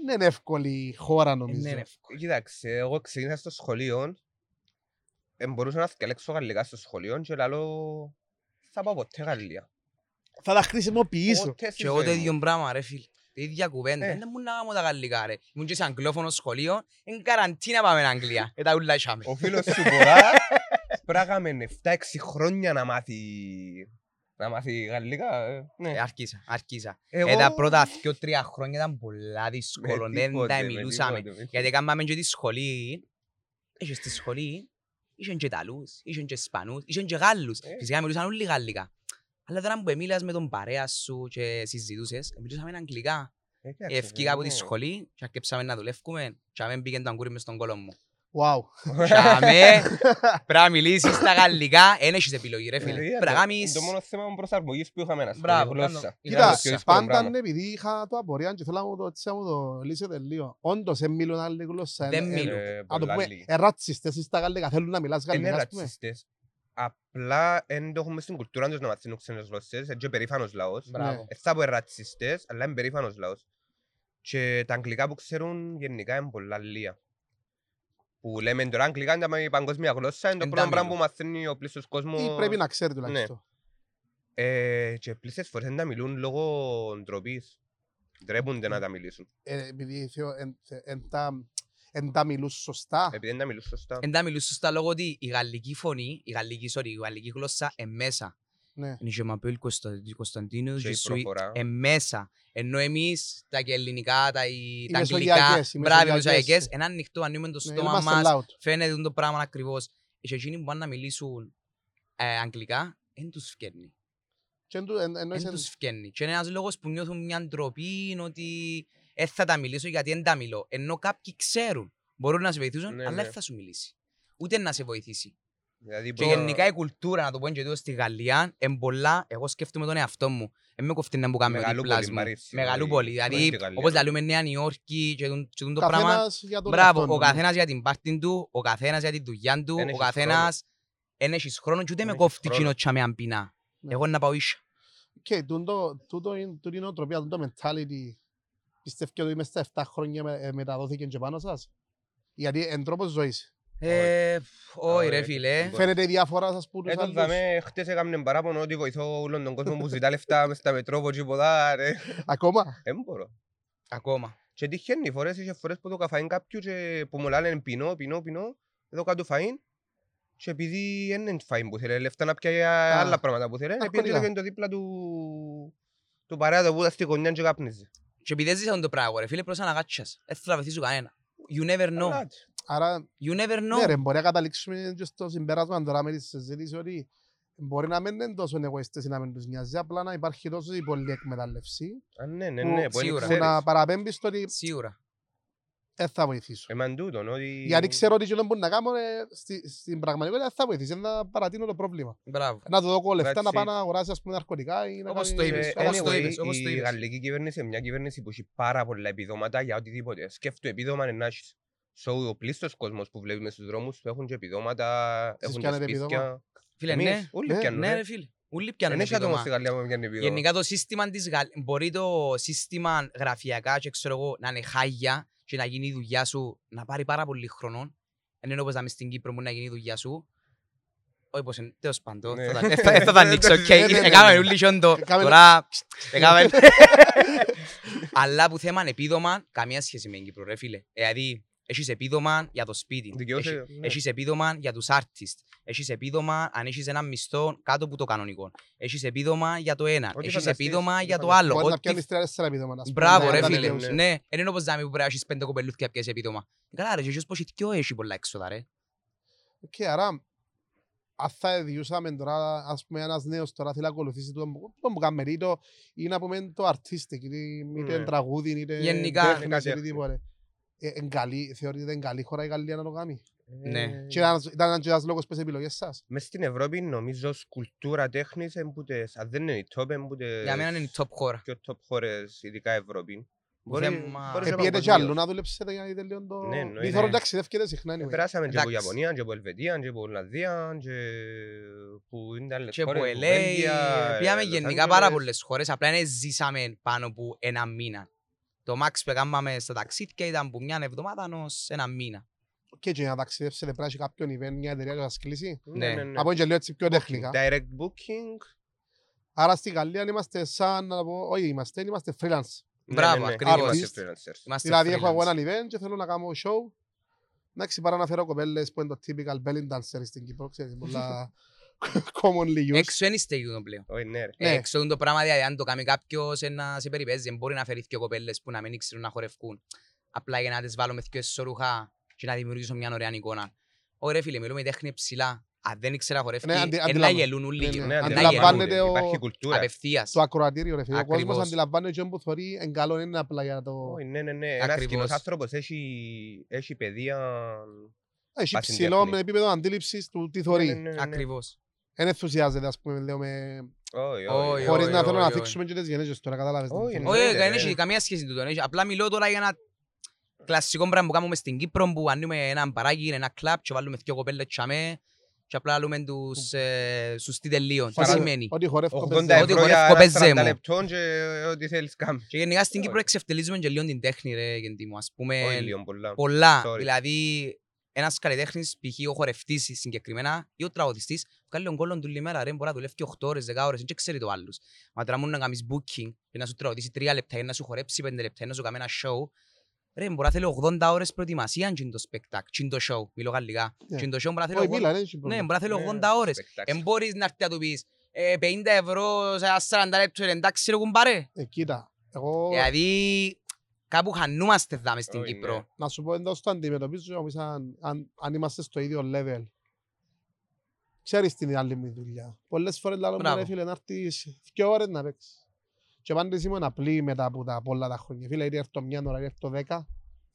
A: δεν είναι εύκολη χώρα, νομίζω.
B: Ναι, ρε.
C: Κοίταξε, εγώ ξεκίνησα στο σχολείο. Ε, μπορούσα να θυκαλέξω γαλλικά στο σχολείο και λαλό θα πάω ποτέ Γαλλία.
A: Θα τα χρησιμοποιήσω.
C: Ποτέ στη
B: Και εγώ
C: ζωή
B: το
C: μου.
B: ίδιο πράγμα, ρε φίλε. Την ίδια κουβέντα.
C: Ε.
B: Δεν μου να κάνω τα γαλλικά, ρε. Ήμουν και σε αγγλόφωνο σχολείο. Εν καραντίνα πάμε Αγγλία. Ε, τα ούλα είχαμε.
C: Ο φίλος σου
B: <laughs>
C: μπορά πράγαμε 7-6 χρόνια να μάθει να μάθει γαλλικά. ε, Ναι.
B: Ε, Αρκίσα, αρκίσα.
C: Εγώ...
B: Ε, τα πρώτα δύο-τρία χρόνια ήταν πολλά
C: με
B: δύσκολο. Δεν
C: τίποτε,
B: τα
C: με
B: μιλούσαμε.
C: τίποτε, με
B: Γιατί έκαναμε και τη σχολή. Είχες στη σχολή. Είχαν και Ιταλούς, είχαν και Ισπανούς, είχαν και Γάλλους.
C: Ε.
B: Φυσικά μιλούσαν όλοι γαλλικά. Αλλά τώρα που μίλας με τον παρέα σου και συζητούσες, μιλούσαμε αγγλικά.
C: Ε, εντάξει,
B: Ευκήγα από τη
C: ναι.
B: σχολή και αρκέψαμε να δουλεύκουμε και αμέ μπήκε το αγκούρι μες στον κόλο μου.
A: Wow.
B: Και αμέ πρέπει να μιλήσεις στα γαλλικά, εν έχεις επιλογή ρε φίλε.
C: Ε,
B: Πρέπει να
C: ήταν
B: κάνεις...
C: Το μόνος θέμα μου προσαρμογής που είχαμε ένας
B: Μπράβο,
C: σχολείο, γλώσσα.
B: κάνω- η
A: Κοίτα,
B: γλώσσα.
C: γλώσσα.
A: πάντα
C: Πράγμα.
A: είναι επειδή είχα το απορία και θέλω να μου το, έτσι, να μου το λύσετε λίγο. Όντως, δεν μιλούν άλλη γλώσσα.
B: Δεν
A: Ε, ε,
B: μιλούν.
C: Ε,
A: Να το
C: πολλά
A: πούμε,
C: λίγα.
A: ε, ρατσιστές είσαι στα γαλλικά, θέλουν να μιλάς
C: Είναι
A: γαλλικά, ας πούμε.
C: ρατσιστές. Απλά δεν το έχουμε στην κουλτούρα τους να μαθαίνουν ξένες γλώσσες, έτσι περήφανος λαός.
A: Ναι.
B: Μπράβο.
C: Ε, Θα πω ρατσιστές, αλλά είναι περήφανος λαός. Και τα αγγλικά που ξέρουν γενικά είναι πολλά λίγα. Που λέμε τώρα αγγλικά είναι τα μα- η παγκόσμια γλώσσα, είναι το
B: Εν τα
C: πρώτο πράγμα
B: μιλούν.
C: που μαθαίνει ο πλήθος κόσμος.
A: Ή πρέπει να ξέρει τουλάχιστον.
C: Ε, και πλήθες φορές δεν τα μιλούν λόγω ντροπής. Ντρέπονται να τα μιλήσουν,
B: Ναι.
A: Ε, επειδή θεω- εν- θε- εν τα- εν τα μιλούς σωστά.
B: Ε,
C: επειδή δεν τα μιλούν σωστά.
B: Εν τα μιλούς σωστά λόγω ότι η γαλλική φωνή, η γαλλική, sorry, η γαλλική γλώσσα εμέσα.
A: Ναι.
B: Είναι και μαπέλ Κωνσταντίνου,
C: Και η προφορά.
B: εμέσα. Ενώ εμείς τα και ελληνικά, τα, οι- τα αγγλικά,
A: μεσογειακές, οι
B: μπράβο, οι
A: μεσογειακές.
B: μεσογειακές, ένα ανοιχτό, ανοίγουμε το
A: Ναι,
B: στόμα
A: είμαστε
B: μας,
A: loud.
B: φαίνεται το πράγμα ακριβώς. Και εκείνοι που πάνε να μιλήσουν ε, αγγλικά, δεν τους φκέρνει.
A: Και εν του- εν- εννοείς
B: Δεν
A: εν-
B: τους φκένει. Και είναι ένας λόγος που νιώθουν μια ντροπή είναι ότι «Ε, θα τα μιλήσω γιατί δεν τα μιλώ. Ενώ κάποιοι ξέρουν, μπορούν να σε βοηθήσουν,
C: Ναι,
B: αλλά
C: ναι.
B: δεν θα σου μιλήσει. Ούτε να σε βοηθήσει.
C: Δηλαδή,
B: Και
C: μπορώ-
B: γενικά η κουλτούρα, να το πω και τούτο, στη Γαλλία, εμπολά, εγώ σκέφτομαι τον εαυτό μου. Εν με κοφτεί να μου κάνω
C: Μεγαλούπολη,
B: διπλάς μου.
C: μ' αρέσει,
B: Μεγαλούπολη.
C: δηλαδή, μ' αρέσει
B: Δηλαδή,
C: η Γαλλία.
B: όπως λαλούμε Νέα Νιόρκη και τούν- και τούν το πράγμα,
A: καθένας για τον
B: Μπράβο,
A: εαυτόν
B: ο
A: του.
B: καθένας για την πάρτη του, ο καθένας για τη δουλειά του,
C: Εν
B: ο
C: έχεις
B: καθένας. Δεν έχεις χρόνος και ούτε
C: Εν
B: με
C: έχεις
B: κόφτει
C: χρόνος.
B: κοινό τσάμε αν πεινά.
A: Ναι.
B: Εγώ να πάω ίσια.
A: Και τούτο, τούτο, είναι- τούτη είναι η νοοτροπία, τούτο mentality, πιστεύετε ότι μέσα στα 7 χρόνια με- ε, μεταδόθηκε και πάνω σας. Γιατί εν τρόπος ζωής.
B: Ε, όχι ρε
C: Όχι.
B: φίλε.
C: Λοιπόν,
A: Φαίνεται η διαφορά σας που τους
C: Ε, τον
A: άλλους.
C: δαμέ, χτες έκαμε παράπονο ότι βοηθώ όλον τον κόσμο που ζητά λεφτά μες στα μετρό, ποτσίποδα, ρε.
A: Ακόμα.
C: Δεν μπορώ.
B: Ακόμα.
C: Και τυχαίνει φορές, είχε φορές που το καφαΐν κάποιου και που μου λένε πεινώ, πεινώ, πεινώ, εδώ κάτω φαΐν. Και επειδή δεν είναι φαΐν που θέλει, λεφτά να πιάει άλλα πράγματα που θέλει, επειδή
A: Ναρκωτικά.
C: έλεγε το δίπλα του του παρέα του που ήταν στη γωνιά και καπνίζει.
B: Και επειδή έζησα τον το πράγμα, ρε φίλε, πρόσεχε να γάτσιας. Δεν θα βοηθήσω κανένα. You never know.
C: Αλλά,
A: Άρα,
B: You never
A: ναι ρε,
B: know.
A: μπορεί να καταλήξουμε και στο συμπέρασμα τώρα με τη συζήτηση ότι μπορεί να μην είναι τόσο εγωιστές ή να μην τους νοιάζει, απλά να υπάρχει τόσο πολλή εκμετάλλευση
C: Α, ναι, ναι,
A: Που-
C: ναι, που δεν
B: σίγουρα.
A: που να
C: ξέρεις.
A: παραπέμπεις στο ότι
B: Σίγουρα.
A: δεν θα βοηθήσω.
C: Εμάν τούτον,
B: Ε,
C: ότι...
A: Γιατί ξέρω ότι εκείνο που να κάνω ε, στη- στην πραγματικότητα δεν θα βοηθήσει, να παρατείνω το πρόβλημα.
B: Μπράβο.
A: να του δώκω λεφτά
C: That's
A: να
C: it.
A: πάω να αγοράσει ας πούμε ναρκωτικά ή να
B: Όπως
A: κάνει-
B: το
C: Ε,
B: είπες,
A: Ε,
B: όπως το
A: anyway,
C: anyway,
B: είπες, όπως το
C: Η
B: είπες.
C: γαλλική κυβέρνηση είναι μια κυβέρνηση που έχει πάρα πολλά επιδόματα για οτιδήποτε. Σκέφτο επίδομα είναι να έχεις. So, ο πλήστος κόσμος που βλέπουμε στους δρόμους έχουν και επιδόματα, έχουν και
A: κάνετε επιδόμα?
C: σπίτια.
B: Φίλε,
C: Εμείς Ε,
B: ναι.
C: όλοι
A: Ναι,
C: πιάνουν,
B: Ναι
C: ρε.
B: ρε φίλε. Ούλοι πιάνουν
C: Δεν έχει άτομο
B: επίδομα.
C: στη Γαλλία που πιάνει επίδομα.
B: Γενικά το σύστημα της Γαλλίας, μπορεί το σύστημα γραφειακά και ξέρω εγώ να είναι χάγια και να γίνει η δουλειά σου να πάρει πάρα πολύ χρόνο. Εν είναι όπως να μες στην Κύπρο που να γίνει η δουλειά σου. Όχι πως είναι, τέλος πάντων,
C: Ναι.
B: θα τα- ε, θα ε, θα τα ανοίξω, οκ.
C: <laughs> Ναι, ναι, ναι, ναι.
B: Έκαμε ούλοι σιόντο,
A: Έκαμε-
B: τώρα ψ,
C: <laughs>
B: έκαμε. Αλλά που θέμα είναι επίδομα, καμία σχέση με την Κύπρο ρε φίλε. Ε, Δηλαδή, έχεις επίδομα για το σπίτι,
C: Δικαιούσε,
B: έχεις-
C: ναι.
B: έχεις επίδομα για τους artists, έχεις επίδομα αν έχεις ένα μισθό κάτω από το κανονικό. Έχεις επίδομα για το ένα.
C: Ό,τι
B: Έχεις
C: φανταστείς,
B: επίδομα
C: ό,τι
B: για το
C: φανταστείς.
B: άλλο.
A: Μπορεί να
B: Ό,τι-
A: πιάνεις τρία-τέσσερα επίδομα. να σου πω,
B: Μπράβο,
A: να-
B: ρε
A: να
B: φίλε.
A: δικαιούσε.
C: ναι.
B: Ναι, δεν είναι όπως δάμε που πρέπει να έχεις πέντε κοπελούθια και έχεις επίδομα. Καλά, ρε, και ποιος πως έχει δυο έχει πολλά έξοδα, ρε.
A: Και άρα, αν θα διούσαμε τώρα, ας πούμε, ένας νέος τώρα θέλει να ακολουθήσει τον που κάνουμε ρίτο ή να πούμε το artistic, είτε- είτε
C: Ναι.
A: τραγούδι, είτε
B: Γενικά.
A: τέχνης,
C: Κάτι
A: οτιδήποτε. Ε, εν καλή- Θεωρείτε εν καλή χώρα η Γαλλία να το κάνει.
B: Ναι.
C: Ε,
A: Και ήταν- ήταν ένας- ένας λόγος πες επιλογές σας.
C: Μες στην Ευρώπη νομίζω ως κουλτούρα τέχνης εν που τες- αν δεν είναι η top, εν που τες
B: Για μένα είναι η top χώρα.
C: πιο top χώρες, ειδικά Ευρώπη. Μπορεί-
B: θέμα-
C: μπορεί
B: Ε,
C: και
A: Επίετε κι
C: παγκοσμίως.
A: άλλο να δουλέψετε για να δείτε λίγο το...
C: Ναι, εννοείται.
A: Μη θωρώ ταξιδεύκετε συχνά, anyway.
C: Περάσαμε και από
B: Εντάξει.
C: Ιαπωνία, και από Ελβετία, και από Ολλανδία, και που είναι άλλες
B: Και από
C: ε, χώρες,
B: LA,
C: Βέλγια, ε,
B: πήγαμε
C: Los
B: γενικά πάρα
C: Angeles.
B: πολλές χώρες, απλά δεν ζήσαμε πάνω από ένα μήνα. Το max που έκαναμε στα ταξίδια ήταν από μια εβδομάδα ως ένα μήνα.
A: Και για να ταξιδεύσετε πρέπει να έχει κάποιον event, μια εταιρεία να σας κλείσει.
C: Ναι, ναι, ναι.
A: Από και λέω έτσι πιο τεχνικά.
C: Direct booking.
A: Άρα στη Γαλλία είμαστε σαν να πω, όχι είμαστε, είμαστε freelance.
C: Ναι,
B: Μπράβο,
C: ναι, ναι.
B: ακριβώς.
C: Είμαστε freelancers.
B: Είμαστε
A: Δηλαδή έχω
B: freelance.
A: εγώ έναν event και θέλω να κάνω show. Εντάξει, παρά να φέρω κοπέλες που είναι το typical belly dancer στην Κύπρο, ξέρεις, πολλά <laughs> commonly used.
B: Έξω δεν είστε γιούτο πλέον.
C: Όχι, ναι, ρε.
A: Ναι.
B: Έξω είναι το πράγμα, δηλαδή αν το κάνει κάποιος ε, να σε περιπέζει, δεν μπορεί να φέρει δύο κοπέλες που να μην ξέρουν να χορευκούν. Απλά για να τις βάλω με δύο εσωρουχά και να δημιουργήσω μια ωραία εικόνα. Ωραία φίλε, μιλούμε τέχνη ψηλά. Αν δεν ήξερα να χορεύει,
A: Ναι, αντι-
B: ε, να
A: αντιλαμβα-
B: γελούν όλοι
A: Ναι,
B: γύρω.
A: ναι,
B: Ε, να
A: αντιλαμβάνεται
B: γελούν.
A: ο-
C: Υπάρχει κουλτούρα.
B: Απευθείας.
A: Το ακροατήριο, ρε φίλε. Ο κόσμος
B: Ακριβώς.
A: αντιλαμβάνεται και όπου θωρεί, εν καλό είναι απλά για να το...
C: Όχι, ναι, ναι, ναι. Ένας
B: Ακριβώς.
C: κοινός άνθρωπος έχει, έχει παιδεία...
A: Ε, Έχει
C: πάση
A: ψηλό
C: διεθνή.
A: με επίπεδο αντίληψης του τι
C: Ναι,
A: θωρεί.
C: ναι, ναι, ναι.
B: Ακριβώς.
A: Δεν ενθουσιάζεται, ας πούμε, λέω, με...
B: Όχι,
C: Όχι, όχι.
A: χωρίς
B: όχι,
A: να θέλω να
B: όχι,
A: θίξουμε και τις γενέσεις τώρα, κατάλαβες.
C: Όχι,
A: τι θέλω.
C: εννοείται,
B: Όχι, δεν
C: ναι.
B: έχει καμία σχέση τούτο. έχει- Απλά μιλώ τώρα για ένα κλασικό πράγμα που κάνουμε στην Κύπρο που ανοίγουμε έναν παράκι, ένα κλαπ και βάλουμε δυο κοπέλες τσαμέ και απλά λέμε τους, ε, στους τι τελείων. Τι
A: Ότι-
B: σημαίνει.
A: Ότι χορεύω
C: 80
A: παιδιά.
B: Ότι
C: ευρώ για
B: χορεύω,
C: ένα
B: παίζε
C: 40
B: μου.
C: λεπτών και ό,τι θέλεις κάνεις.
B: Και γενικά στην Κύπρο
C: Όχι.
B: εξευτελίζουμε και λίγο την τέχνη ρε γεντή μου. Ας πούμε
C: Όχι, λίγο πολλά.
B: πολλά.
C: sorry.
B: Δηλαδή ένας καλλιτέχνης, π.χ. ο χορευτής συγκεκριμένα ή ο τραγουδιστής, βγάλει τον κόλλον του όλη μέρα, ρε, μπορεί να δουλεύει και 8 ώρες, 10 ώρες, δεν ξέρει το άλλος. Μα τώρα μου να κάνεις booking, για να σου τραγουδήσει 3 λεπτά, για να σου χορέψει 5 λεπτά, για να σου κάνει ένα show, ρε, μπορεί να θέλει 80 ώρες προετοιμασίας, αν γίνει το σπεκτάκ, γίνει το show, μιλώ γαλλικά,
A: Ναι.
B: γίνει το show, μπορεί να
A: Όχι,
B: θέλει 80
A: μίλα, δεν έχει
B: ναι,
A: πρόβλημα.
B: μπορεί να θέλει
C: Ναι,
B: 80 ώρες.
C: σπεκτάκλ.
B: Εν μπορείς να έρθει να του πεις, «Ε, 50 ευρώ σε ένα 40 λεπτό, ρε, εντάξει ρε κουμπάρε.
A: Ε, Κοίτα, εγώ
C: Ε,
B: Δηλαδή, κάπου χανούμαστε δάμε στην
C: Όχι, ναι.
B: Κύπρο.
A: να σου πω εντός το αντιμετωπίζω όμως αν, αν, αν είμαστε στο ίδιο level. Ξέρεις την άλλη μου δουλειά. Πολλές φορές λέω μου
B: Μπράβο.
A: ρε φίλε να έρθεις δύο ώρες να παίξεις. Και απάντηση μου είναι απλή μετά από τα πολλά τα χρόνια. Φίλε, είτε έρθω μια ώρα, είτε έρθω δέκα,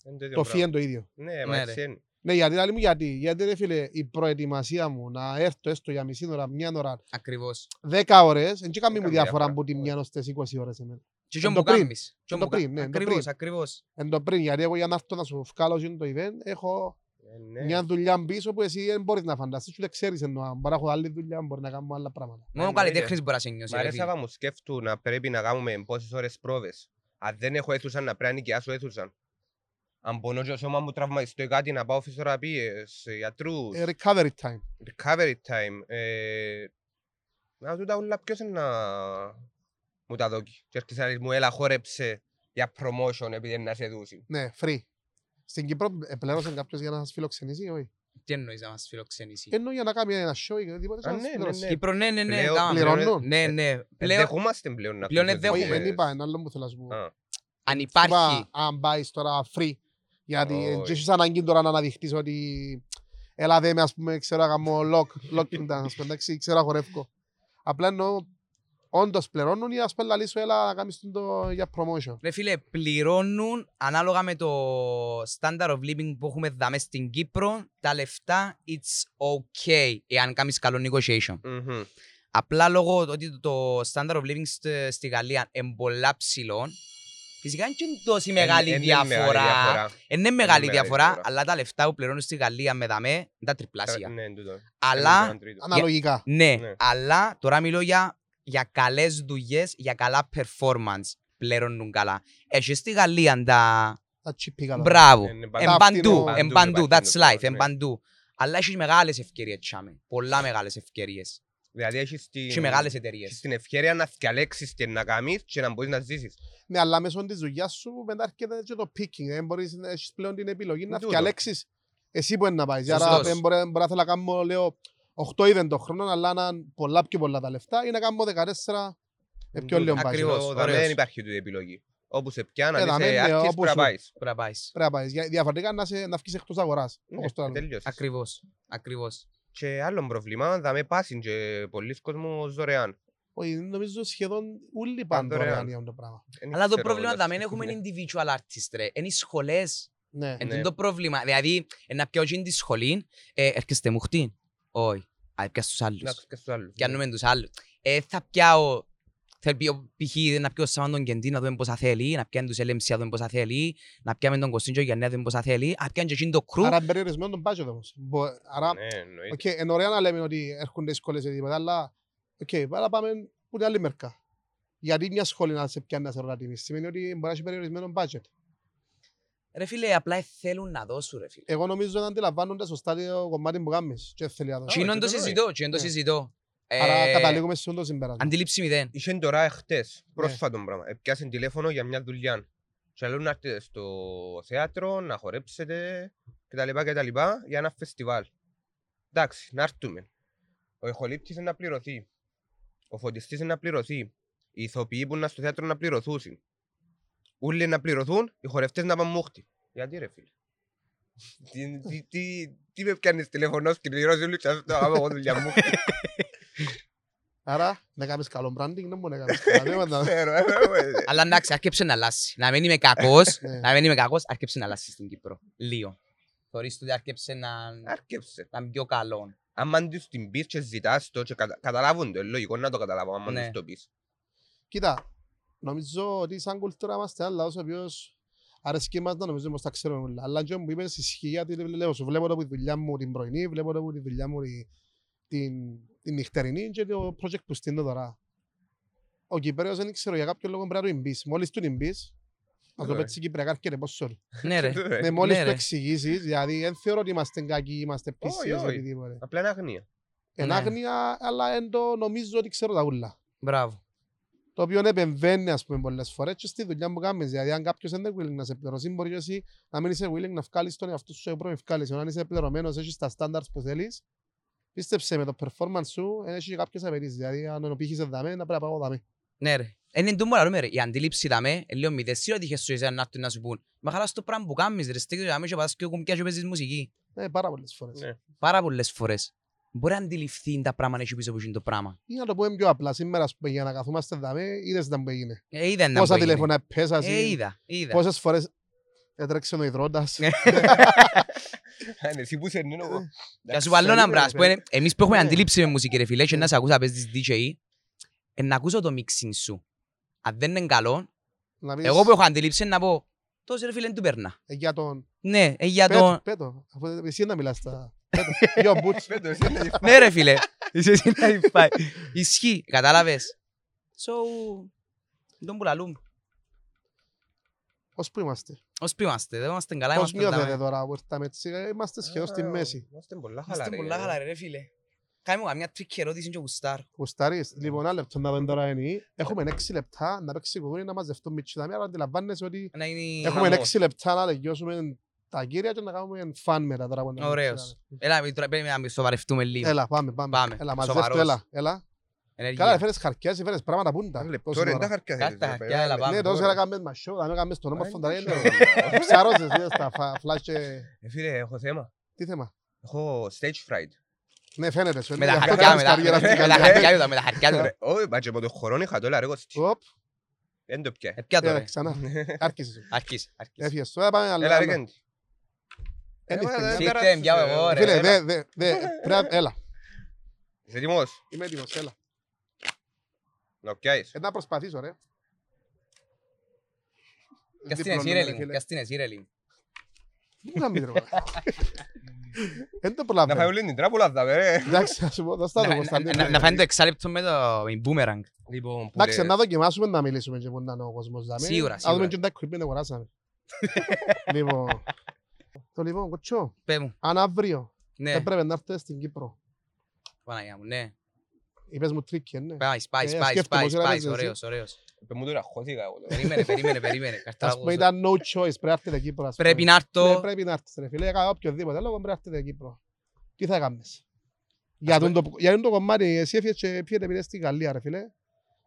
C: Είναι ίδιο
A: το φύ
C: πράγμα.
A: είναι το ίδιο.
C: Ναι,
B: Ναι,
C: μα
B: ρε.
C: έτσι είναι.
A: Ναι, γιατί λέει μου γιατί. Γιατί ρε φίλε, η προετοιμασία μου να έρθω έστω για μισή ώρα, μια ώρα,
B: Ακριβώς.
A: δέκα ώρες, δεν κάνει μου
C: καμία
A: διαφορά
C: διαφορά. ναι.
A: από τη μια ως τις 20 ώρες εμένα.
B: Και
A: Εν
B: τον
A: το
B: που
A: πριν.
B: κάνεις.
A: Εν
B: Τον
A: το
B: που κα-
A: πριν, ναι, εν το
B: Ακριβώς,
A: πριν.
B: ακριβώς.
A: Εν το πριν, γιατί εγώ για να έρθω να σου βγάλω εκείνο το event, έχω
C: Ε, ναι.
A: μια δουλειά πίσω που εσύ δεν μπορείς να φανταστείς, ούτε ξέρεις ενώ αν μπορεί να έχω άλλη δουλειά, μπορεί να κάνουμε άλλα πράγματα.
B: Μόνο ο
C: εννοείται.
B: καλλιτέχνης μπορείς να σε νιώσεις.
C: Μ'
B: ρε
C: αρέσει
B: φίλε.
C: να μου σκέφτου να πρέπει να κάνουμε πόσες ώρες πρόβες. Αν δεν έχω αίθουσα να πρέπει να νοικιάσω αίθουσα. Αν πονώ και ο σώμας μου τραυμαϊστώ ή κάτι να πάω φυσιοθεραπείες, γιατρούς,
A: Ε, recovery time.
C: recovery time. Ε, να δω τα όλα ποιος είναι να μου τα δώκει. Και έρχεσαι να λες μου έλα χόρεψε για promotion επειδή να σε δούσει.
A: Ναι, free. Στην Κύπρο ε, πλήρωσε κάποιος για να σας φιλοξενήσει, όχι.
B: Τι εννοείς να μας φιλοξενήσει.
A: Ενώ για να κάνει ένα show ή οτιδήποτε,
C: Ε. Α,
A: σαν να
C: ναι,
A: σας
C: ναι,
A: φιλοξενήσει.
C: ναι.
B: Κύπρο, ναι, ναι, ναι.
C: Πλέον-
B: κάμα.
A: πληρώνω.
C: πλέον-
B: Ναι, ναι.
C: Ε,
B: Πλέον
C: δεχόμαστε πλέον να
B: πλέον
C: φιλοξενούμε.
A: Όχι,
B: έχουμε-
A: δεν είπα, ένα άλλο που θέλω να σου πω.
C: ναι. Α,
B: αν
A: Είπα,
B: υπάρχει.
A: αν πάεις τώρα free, γιατί
C: Όχι.
A: ε, και έχεις ανάγκη τώρα να αναδειχτείς ότι έλα δε με, ας πούμε, ξέρω να κάνω lock, lock down, ας πούμε, εντάξει, ξέρω να χορεύω. Απλά εννοώ, όντως πληρώνουν ή ας πούμε λαλείς σου, έλα να κάνεις το για promotion.
B: Ρε φίλε, πληρώνουν ανάλογα με το standard of living που έχουμε δάμε στην Κύπρο, τα λεφτά it's okay εάν κάνεις καλό negotiation.
C: μμμ.
B: Απλά λόγω ότι το standard of living στε- στη Γαλλία είναι πολλά ψηλό, Φυσικά είναι και τόση μεγάλη
C: Εν- εν Ε, είναι
B: διαφορά. Εν Είναι μεγάλη
C: μεγάλη
B: διαφορά,
C: διαφορά.
B: αλλά τα λεφτά που πληρώνουν στη Γαλλία με δαμέ είναι τα
C: Ε,
B: τριπλάσια.
C: Ναι, τούτο.
B: Αλλά
C: Έναν τρίτο.
A: Αναλογικά.
B: Ναι,
C: Ναι.
B: αλλά τώρα μιλώ για, για καλές δουλειές, για καλά performance. Πληρώνουν καλά. Έχει στη Γαλλία τα.
A: Τα τσιπικά.
B: Μπράβο.
C: Είναι παντού.
B: Εμπαντού,
A: Παντού,
B: εμπαντού, that's
C: παντού,
B: life,
C: ναι.
B: εμπαντού. Αλλά έχεις μεγάλες ευκαιρίες, τσάμε. Πολλά μεγάλες ευκαιρίες.
C: Δηλαδή έχεις την...
B: Και μεγάλες εταιρείες.
C: έχεις την ευκαιρία να διαλέξεις και να κάνεις και να μπορείς να ζήσεις.
A: Ναι, αλλά μέσω της δουλειάς σου μετά έρχεται και το picking. Δεν μπορείς να έχεις πλέον την επιλογή να
C: Τούτο.
A: διαλέξεις εσύ που είναι να πάεις.
B: Σωστός.
A: Άρα δεν μπορεί, μπορεί να θέλω να κάνω, λέω, 8 είδεν το χρόνο, αλλά να είναι πολλά πιο πολλά τα λεφτά ή να κάνω 14 ε, πιο
C: Τούτο.
A: λίγο πάει.
B: Ακριβώς,
C: Εδώ δαμέ
B: ωραίος.
C: Δεν υπάρχει τούτη επιλογή. Όπου σε πιάνουν,
A: Ε,
C: αν
A: δαμέ
C: είσαι
A: είναι
C: artist,
A: όπου
C: πρέπει να
A: σου-
C: πάεις.
B: Πρέπει να πάεις.
A: Πρέπει να πάεις. Για- Διαφορετικά να, σε, να φύγεις εκτός αγοράς.
C: Ναι,
A: όπως το άλλο.
C: τελείωσες.
B: Ακριβώς. Ακριβώς.
C: Και άλλον προβλήμα, δαμέ πάσιν και πολλοί κόσμος δωρεάν.
A: Όχι, νομίζω σχεδόν όλοι πάνε
C: δωρεάν.
A: δωρεάν για αυτό το πράγμα.
C: Δεν
B: Αλλά το
C: ξέρω
B: πρόβλημα
C: κιόλας.
B: δεν είναι έχουμε
C: Ναι.
B: individual artist, ρε. Είναι οι σχολές.
A: Ναι.
B: Εν
C: Ναι.
B: τούτο το πρόβλημα. Δηλαδή, ε, να πιω εκείνη τη σχολή, ε, έρχεστε μου χτύν. Όχι. Α, πιάσ' τους άλλους.
C: Να τους και στους άλλους. Ναι.
B: Πιάνουμε τους άλλους. Ε, θα πιάω, θα πιω, π.χ. να πιω Σάμαν τον Κεντή να δούμε πόσα θέλει, να πιάνει τους LMC να δούμε πόσα θέλει, να πιάμε τον Κωστίντζο για να δούμε πόσα θέλει, να πιάνει και εκείνη το κρου.
A: Άρα περιορισμένο τον budget όμως. Μπο- Άρα,
C: Ναι, εννοείται.
A: οκ, είναι ωραία να λέμε ότι έρχονται οι σχολές και τίποτα, αλλά οκ, πάρα πάμε που είναι άλλη μερικά. Γιατί μια σχολή να σε πιάνει να σε ρωτήσει, σημαίνει ότι μπορεί να έχει περιορισμένο budget.
B: Ρε φίλε, απλά ε, θέλουν να δώσουν, ρε φίλε.
A: Εγώ νομίζω ότι αντιλαμβάνονται σωστά το κομμάτι που κάνεις και θέλει να δώσει.
C: Κοινό-
B: Εκείνον το
C: και το
B: συζητώ, εκείνον το
A: Ναι.
B: συζητώ. Ε,
A: Άρα καταλήγουμε σε αυτό το συμπέρασμα.
B: Αντίληψη μηδέν.
C: Είχε τώρα χτες, πρόσφατο πράγμα, έπιασε τηλέφωνο για μια δουλειά. Και λέω να έρθετε στο θέατρο, να χορέψετε κτλ. κτλ για ένα φεστιβάλ. Εντάξει, να έρθουμε. Ο ηχολήπτης είναι να πληρωθεί. Ο φωτιστής είναι να πληρωθεί. Οι ηθοποιοί που είναι στο θέατρο να πληρωθούν. Όλοι να πληρωθούν, οι χορευτές να πάνε μούχτη. Γιατί ρε φίλε. τι, τι, τι, τι με πιάνεις τηλεφωνός και πληρώσεις όλους και αυτό αγαπώ εγώ δουλειά μου.
A: Άρα να κάνεις καλό branding, δεν μπορεί να κάνεις καλά βήματα.
C: Ξέρω, ε, ε, ε.
B: Αλλά εντάξει, άρχισε να αλλάσεις. Να μην είμαι κακός,
A: Ναι.
B: να μην είμαι κακός, άρχισε να αλλάσεις στην Κύπρο. Λίγο. Θεωρείς ότι άρχισε να να
C: Άρκεψε.
B: είναι πιο καλό.
C: άμα τους την πεις και ζητάς το και κατα... καταλάβουν το, είναι λογικό να το καταλάβω άμα
B: Ναι.
C: τους το πεις.
A: Κοίτα, νομίζω ότι σαν κουλτούρα είμαστε ένα λαός ο οποίος αρέσκει μας να νομίζουμε πως τα ξέρουμε όλα. Αλλά και μου είπες ισχύει γιατί λέω σου βλέπω το από τη δουλειά μου την πρωινή, βλέπω το από τη δουλειά μου τη- την, την νυχτερινή και το project που στείλω τώρα. Ο Κυπρέος δεν ξέρω για κάποιο λόγο πρέπει να του εμπείς. Μόλις του εμπείς, να το
C: Ναι.
A: πέτσει Κυπριακά έρχεται πόσο sorry.
B: Ναι ρε.
C: Ε,
A: Ναι, μόλις
B: ναι,
A: το
B: ρε.
A: εξηγήσεις, δηλαδή δεν θεωρώ ότι είμαστε κακοί, είμαστε
C: Όχι,
A: πίσινες
C: όχι.
A: οτιδήποτε.
C: Απλά είναι αγνία.
A: Εν
B: Ναι.
A: άγνοια, αλλά εν το νομίζω ότι ξέρω τα ούλα
B: Μπράβο.
A: το οποίο επεμβαίνει ας πούμε πολλές φορές και στη δουλειά που κάνεις. Δηλαδή αν κάποιος δεν είναι willing να σε πληρώσει, μπορεί και εσύ να μην είσαι willing να βγάλεις τον εαυτό σου σε πρώτη ευκάλυση. Αν είσαι πληρωμένος, έχεις τα standards που θέλεις, πίστεψε με το performance σου, δεν έχεις και κάποιες απαιτήσεις. Δηλαδή αν ενοπήχεις δαμέ, να πρέπει να πάω δαμέ.
B: Ναι ρε. Είναι το μόνο ρε. Η αντίληψη δαμέ, ε, λέω μηδέ. Σύρα τύχες σου εσένα να έρθουν να σου πούν. Μα χαλάς το πράγμα που κάνεις ρε. Στέκεις δαμέ και πατάς και κουμπιά και παίζεις μουσική.
A: Ναι, πάρα πολλές φορές.
C: Ναι.
B: Πάρα πολλές φορές. Μπορεί να αντιληφθεί τα πράγματα έχει πίσω από εκείνο το πράγμα.
A: Ή να το πούμε πιο απλά, σήμερα ας πούμε, για να καθόμαστε δαμέ, είδες να μου έγινε.
B: Ε, είδα να
A: Πόσα
B: μου έγινε.
A: τηλέφωνα πέσασαι,
B: Ε, είδα, είδα.
A: πόσες φορές έτρεξε ο υδρόντας.
B: Ναι.
C: Αν εσύ που είσαι νύνο εγώ.
B: Και σου βάλω έναν
A: Ναι,
B: πράγμα. ας
C: <laughs>
B: πούμε,
A: ναι.
B: Εμείς που έχουμε
A: Ναι.
B: αντίληψη με μουσική ρε φίλε, και να
A: Ναι.
B: σε ακούσα παίζεις DJ, ε, να ακούσω το mixing σου. Αν δεν είναι καλό,
A: Να πεις,
B: εγώ που έχω αντίληψη να πω, τόσο ρε φίλε δεν του περνά.
A: «Ε, για τον...
B: Ναι, ε, για
A: Πέτω,
B: το...
A: πέτω, αφού εσύ να μιλάς τα... Πέτω, Yo, boots.
B: <laughs>
C: Πέτω, εσύ είναι γυφτά.
B: Ναι ρε φίλε, είσαι εσύ να υπάει. Ισχύει, κατάλαβες. So, τον πουλαλούμε.
A: Ως που είμαστε.
B: Ως που είμαστε, δεν είμαστε καλά,
A: Πώς
B: είμαστε
A: νιώθετε
B: καλά.
A: τώρα που ήρθαμε έτσι, ε, είμαστε σχεδόν στη
C: Α,
A: μέση.
C: Είμαστε πολλά
B: Είμαστε
C: χαλαροί.
B: πολλά
C: ε.
B: χαλαροί ρε φίλε. Κάμε μου καμιά τρίκη ερώτηση και γουστάρ.
A: Κουστάρεις, λοιπόν, ένα λεπτό να δούμε τώρα είναι. Έχουμε 6 λεπτά να παίξεις κουδούνι να μαζευτούν μητσιδάμι, άρα αντιλαμβάνεσαι ότι
B: Να είναι...
A: έχουμε
C: χαμός.
A: 6 λεπτά να λεγιώσουμε τα κύρια και να κάνουμε φαν μετά τώρα. που είναι τα
B: Ωραίος.
A: μητσιδάμια.
B: Έλα, μην- τώρα πρέπει να μην σοβαρευτούμε λίγο.
A: Έλα, πάμε, πάμε.
B: Πάμε.
A: Έλα,
B: Σοβαρός.
A: μαζεύτε, έλα, έλα.
B: Ενέργεια.
A: Καλά, έφερες χαρτιάς, έφερες πράγματα που είναι τα.
C: Ένα λεπτό,
A: τόση
C: ρε,
A: ώρα.
C: τα χαρτιά
B: Κάτσε
C: θέλεις,
B: τα
C: ρε,
B: χαρτιά,
C: παιδιά,
B: έλα,
C: ρε.
B: πάμε.
A: Ναι, τόση
C: τώρα.
A: ώρα κάνουμε ένα show, να μην κάνουμε στον όμορφο, τα
C: Α, είναι
A: λένε.
C: show, ρε.
A: Ψάρωσες, είδες τα φα- flash και...
C: Ε, Φίλε, έχω θέμα.
A: Τι θέμα.
C: Έχω Oh, stage fright.
A: Ναι, φαίνεται σου.
B: Με
A: είναι
B: τα
A: για
B: χαρτιά,
A: κάνεις
B: με τα-
A: καριέρας στην
B: με τα
A: καριέρα.
B: χαρτιά του, με τα χαρτιά του.
C: Ρε, Όχι, μα και από το χρόνο είχα το λαρέγω στη-
A: Οπ,
C: Δεν το πιέ.
B: Ε, Πια το
A: έλα,
B: ρε.
A: ξανά. Άρχισες.
B: Αρχίς, αρχίς.
A: Έφυγες τώρα, πάμε άλλο.
C: Έλα,
A: άλλο.
C: ρε, Κέντη.
A: Εν
C: Έλα,
A: ήρθε,
C: ρε,
A: ναι.
B: Σήκτε,
C: πέρασες,
B: μπιάω
C: ε,
B: εγώ, ρε.
A: Φίλε,
C: φίλε,
A: δε, δε, δε, πρέπει, έλα,
C: Είσαι έτοιμος
A: είμαι έτοιμος, έλα.
C: να πιάσεις.
A: Ε, να προσπαθήσω, ρε.
B: Κι ας την εσύ ρε λίγο, κι ας την εσύ ρε λίγο.
A: Πού κάνει ρε μάνα. Δεν το προλάβω.
C: Να φάει όλη την τράπουλα θα ρε.
A: Εντάξει, ας σου πω, θα στάθω
B: Να-
A: Κωνσταντίνε.
B: να- Να φάνε το εξάλεπτο με το με boomerang.
C: Λοιπόν, που
A: Εντάξει,
C: λες.
A: να δοκιμάσουμε να μιλήσουμε και πού να είναι ο κόσμος. δαμέ.
B: Σίγουρα,
A: Να δούμε
B: σίγουρα.
A: και τα κουμπίνα αγοράσαμε. Λοιπόν, το λοιπόν, κοτσό,
B: Πες μου,
A: αν αύριο
B: ναι,
A: έπρεπε να έρθετε στην Κύπρο,
B: Παναγιά μου, ναι.
A: είπες μου τρίκι, ε, ναι.
B: Πάει, πάει,
A: Ε,
B: πάει,
A: σκέφτομαι,
B: πάει,
A: ξέρω,
B: πάει,
A: έπαιζε εσύ.
B: ωραίος, ωραίος.
C: Πες μου τώρα, χώθηκα εγώ τώρα.
B: Περίμενε, περίμενε, περίμενε. Καρτά
A: Ας πούμε
B: ακούσω.
A: ήταν no choice, πρέπει να έρθετε Κύπρο. ας
B: Πρέπει
A: πούμε.
B: να
A: Ναι,
B: έρθω,
A: πρέπει να έρθεις ρε φίλε, κατά οποιοδήποτε λόγο πρέπει να έρθετε Κύπρο. Τι θα κάνεις. Για τον το, για τον το κομμάτι, εσύ έφυγες και πήγαινε πήρες στη Γαλλία ρε φίλε.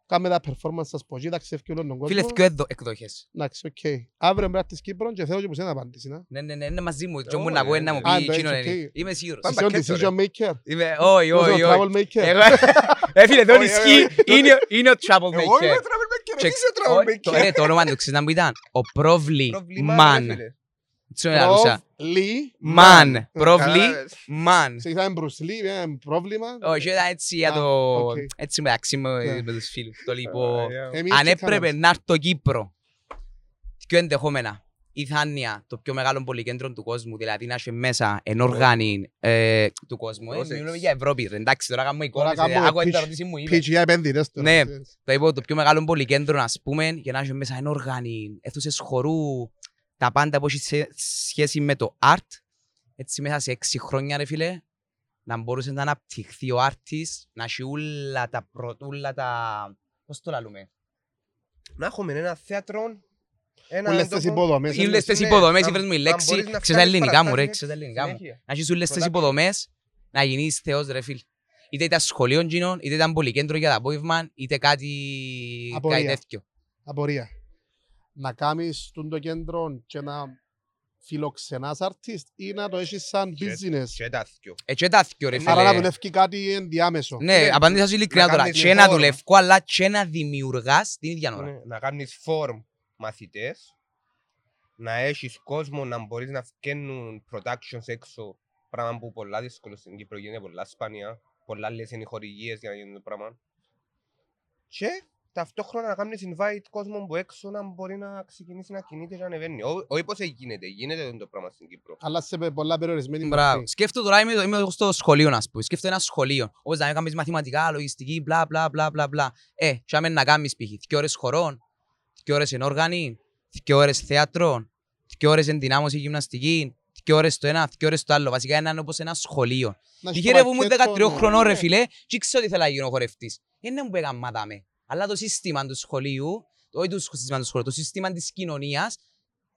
A: Κάμε τα performance σας πως κοίταξε ευκαιρία όλον τον
B: φίλε,
A: κόσμο.
B: δυο εκδο- εκδοχές.
A: Εντάξει, οκ. Αύριο πρέπει να έρθεις Κύπρο και θέλω και που σένα απάντηση. να.
B: Ναι, ναι, ναι, είναι μαζί μου. Τι
C: Ω,
B: μου να
C: ναι,
B: ακούει να μου
C: ναι.
B: πει
A: Α, το
B: εκείνο
A: έχεις
B: είναι.
A: εκεί.
B: Είμαι σίγουρος.
C: Πάμε
A: Είσαι ο
C: πακέτο,
A: decision
C: ρε.
A: maker.
B: Είμαι, όχι,
A: Είσαι ο
B: όχι, όχι.
A: travel maker.
B: Εγώ- <laughs> Ε, φίλε, δεν
C: Όχι, όχι,
B: ισχύει. Είναι ο- Είναι ο trouble
C: Εγώ είμαι
B: maker.
C: troublemaker,
B: Και-
C: εσύ είσαι
B: Ω, το-
C: troublemaker.
B: ρε, Το όνομα του ξέρεις να μου ήταν. Ο πρόβλη
C: Προβλήμα, ρε,
B: μαν.
C: φίλε.
B: Τι ωραία, Λούσα.
A: Προβλή.
B: Μαν. Πρόβλη
C: Κατάλαβες.
B: μαν.
A: Ε, Σε ήταν Bruce Lee, ένα πρόβλημα.
B: Όχι, ήταν έτσι για
A: Α,
B: το...
A: οκ.
B: Έτσι μεταξύ μου
A: Ναι.
B: με τους φίλους. Το λοιπόν...
C: Ωραία.
A: Εμείς
B: Αν
A: τι
B: έπρεπε
A: κάναμε.
B: να έρθω Κύπρο, πιο ενδεχόμενα, η Θάνια, το πιο μεγάλο πολυκέντρο του κόσμου, δηλαδή να έχει μέσα εν όργανη ε, του κόσμου. Ε,
C: Πρόσεξε.
B: μιλούμε για Ευρώπη, ρε, εντάξει, τώρα κάνουμε εικόνες,
A: κάνουμε
B: ε, άκουα την
A: pitch-
B: ερώτηση μου, είπε.
A: Pitch για επένδυτες τώρα.
B: Ναι. Το είπα, το πιο μεγάλο πολυκέντρο, ας πούμε, για να έχει μέσα εν όργανη, αίθουσες χορού, τα πάντα που έχει σε- σχέση με το art, έτσι μέσα σε έξι χρόνια, ρε φίλε, να μπορούσες να αναπτυχθεί ο artist, να έχει όλα τα πρωτούλα τα... Πώς το λαλούμε.
C: Να έχουμε ένα θέατρο, ένα
A: Όλες τις
C: τόπο.
A: υποδομές.
B: Είναι όλες
A: εννοείς.
B: τις
C: Ναι,
B: υποδομές,
C: αν-
B: ήβρες μου η
C: αν
B: λέξη.
C: μπορείς να
B: Ξέρεις τα
C: φτιάξεις
B: ελληνικά μου, ρε,
C: παραστάσεις
B: ξέρεις τα ελληνικά μου.
C: συνέχεια.
B: Να έχεις όλες τις
C: Production.
B: υποδομές, να γίνεις θεός, ρε φίλ. Είτε ήταν σχολείο γίνον, είτε ήταν πολυκέντρο για το απόγευμα, είτε κάτι, κάτι
A: Απορία.
B: τέτοιο.
A: απορία. Να κάνεις τούντο κέντρο και να φιλοξενάς artist ή να το έχεις σαν
C: Και-
A: business.
C: Και τα δυο.
B: Έτσι έταθκιο ρε
A: Άρα να
B: φίλε.
A: δουλεύει κάτι ενδιάμεσο.
B: Ναι,
C: Ναι,
B: απαντήσα σου ειλικρινά
C: Ε, να
B: τώρα.
C: κάνεις
B: Και να
C: χώρο.
B: δουλεύω, αλλά και να δημιουργάς την ίδια ώρα.
C: Ναι, Να κάνεις form μαθητές, να έχεις κόσμο να μπορείς να φτιάχνουν productions έξω, πράγμα που πολλά δύσκολο στην Κύπρο γίνεται, πολλά σπάνια, πολλά λες είναι οι χορηγίες για να γίνουν το πράγμα. Και ταυτόχρονα να κάνεις invite κόσμο που έξω να μπορεί να ξεκινήσει να κινείται και να ανεβαίνει. Ό- Όχι πως γίνεται, γίνεται το πράγμα στην Κύπρο.
A: Αλλά σε πε- πολλά περιορισμένη
B: Μπράβο.
A: μορφή.
B: Σκέφτομαι τώρα, είμαι, είμαι εγώ στο σχολείο, να πούμε. Σκέφτομαι ένα σχολείο. Όπως να κάνεις μαθηματικά, λογιστική, μπλα μπλα μπλα μπλα. μπλα. Ε, τι άμεν να κάνεις π.χ. Τι ώρες χωρών, τι ώρε ενόργανη, τι ώρες θέατρων, τι ώρε ενδυνάμωση γυμναστική, τι ώρες το ένα, τι ώρες το άλλο. Βασικά είναι όπως ένα σχολείο.
A: Να έχεις το
B: Τυχερεύω μου
A: πακέτο,
B: 13
A: ναι.
B: χρονών, ρε φιλέ, και ξέρω ότι θέλω να γίνω χορευτής. Είναι Ε, ναι, μου πέγα μάτα με. Αλλά το σύστημα του σχολείου, όχι το σύστημα του σχολείου, το σύστημα της κοινωνίας,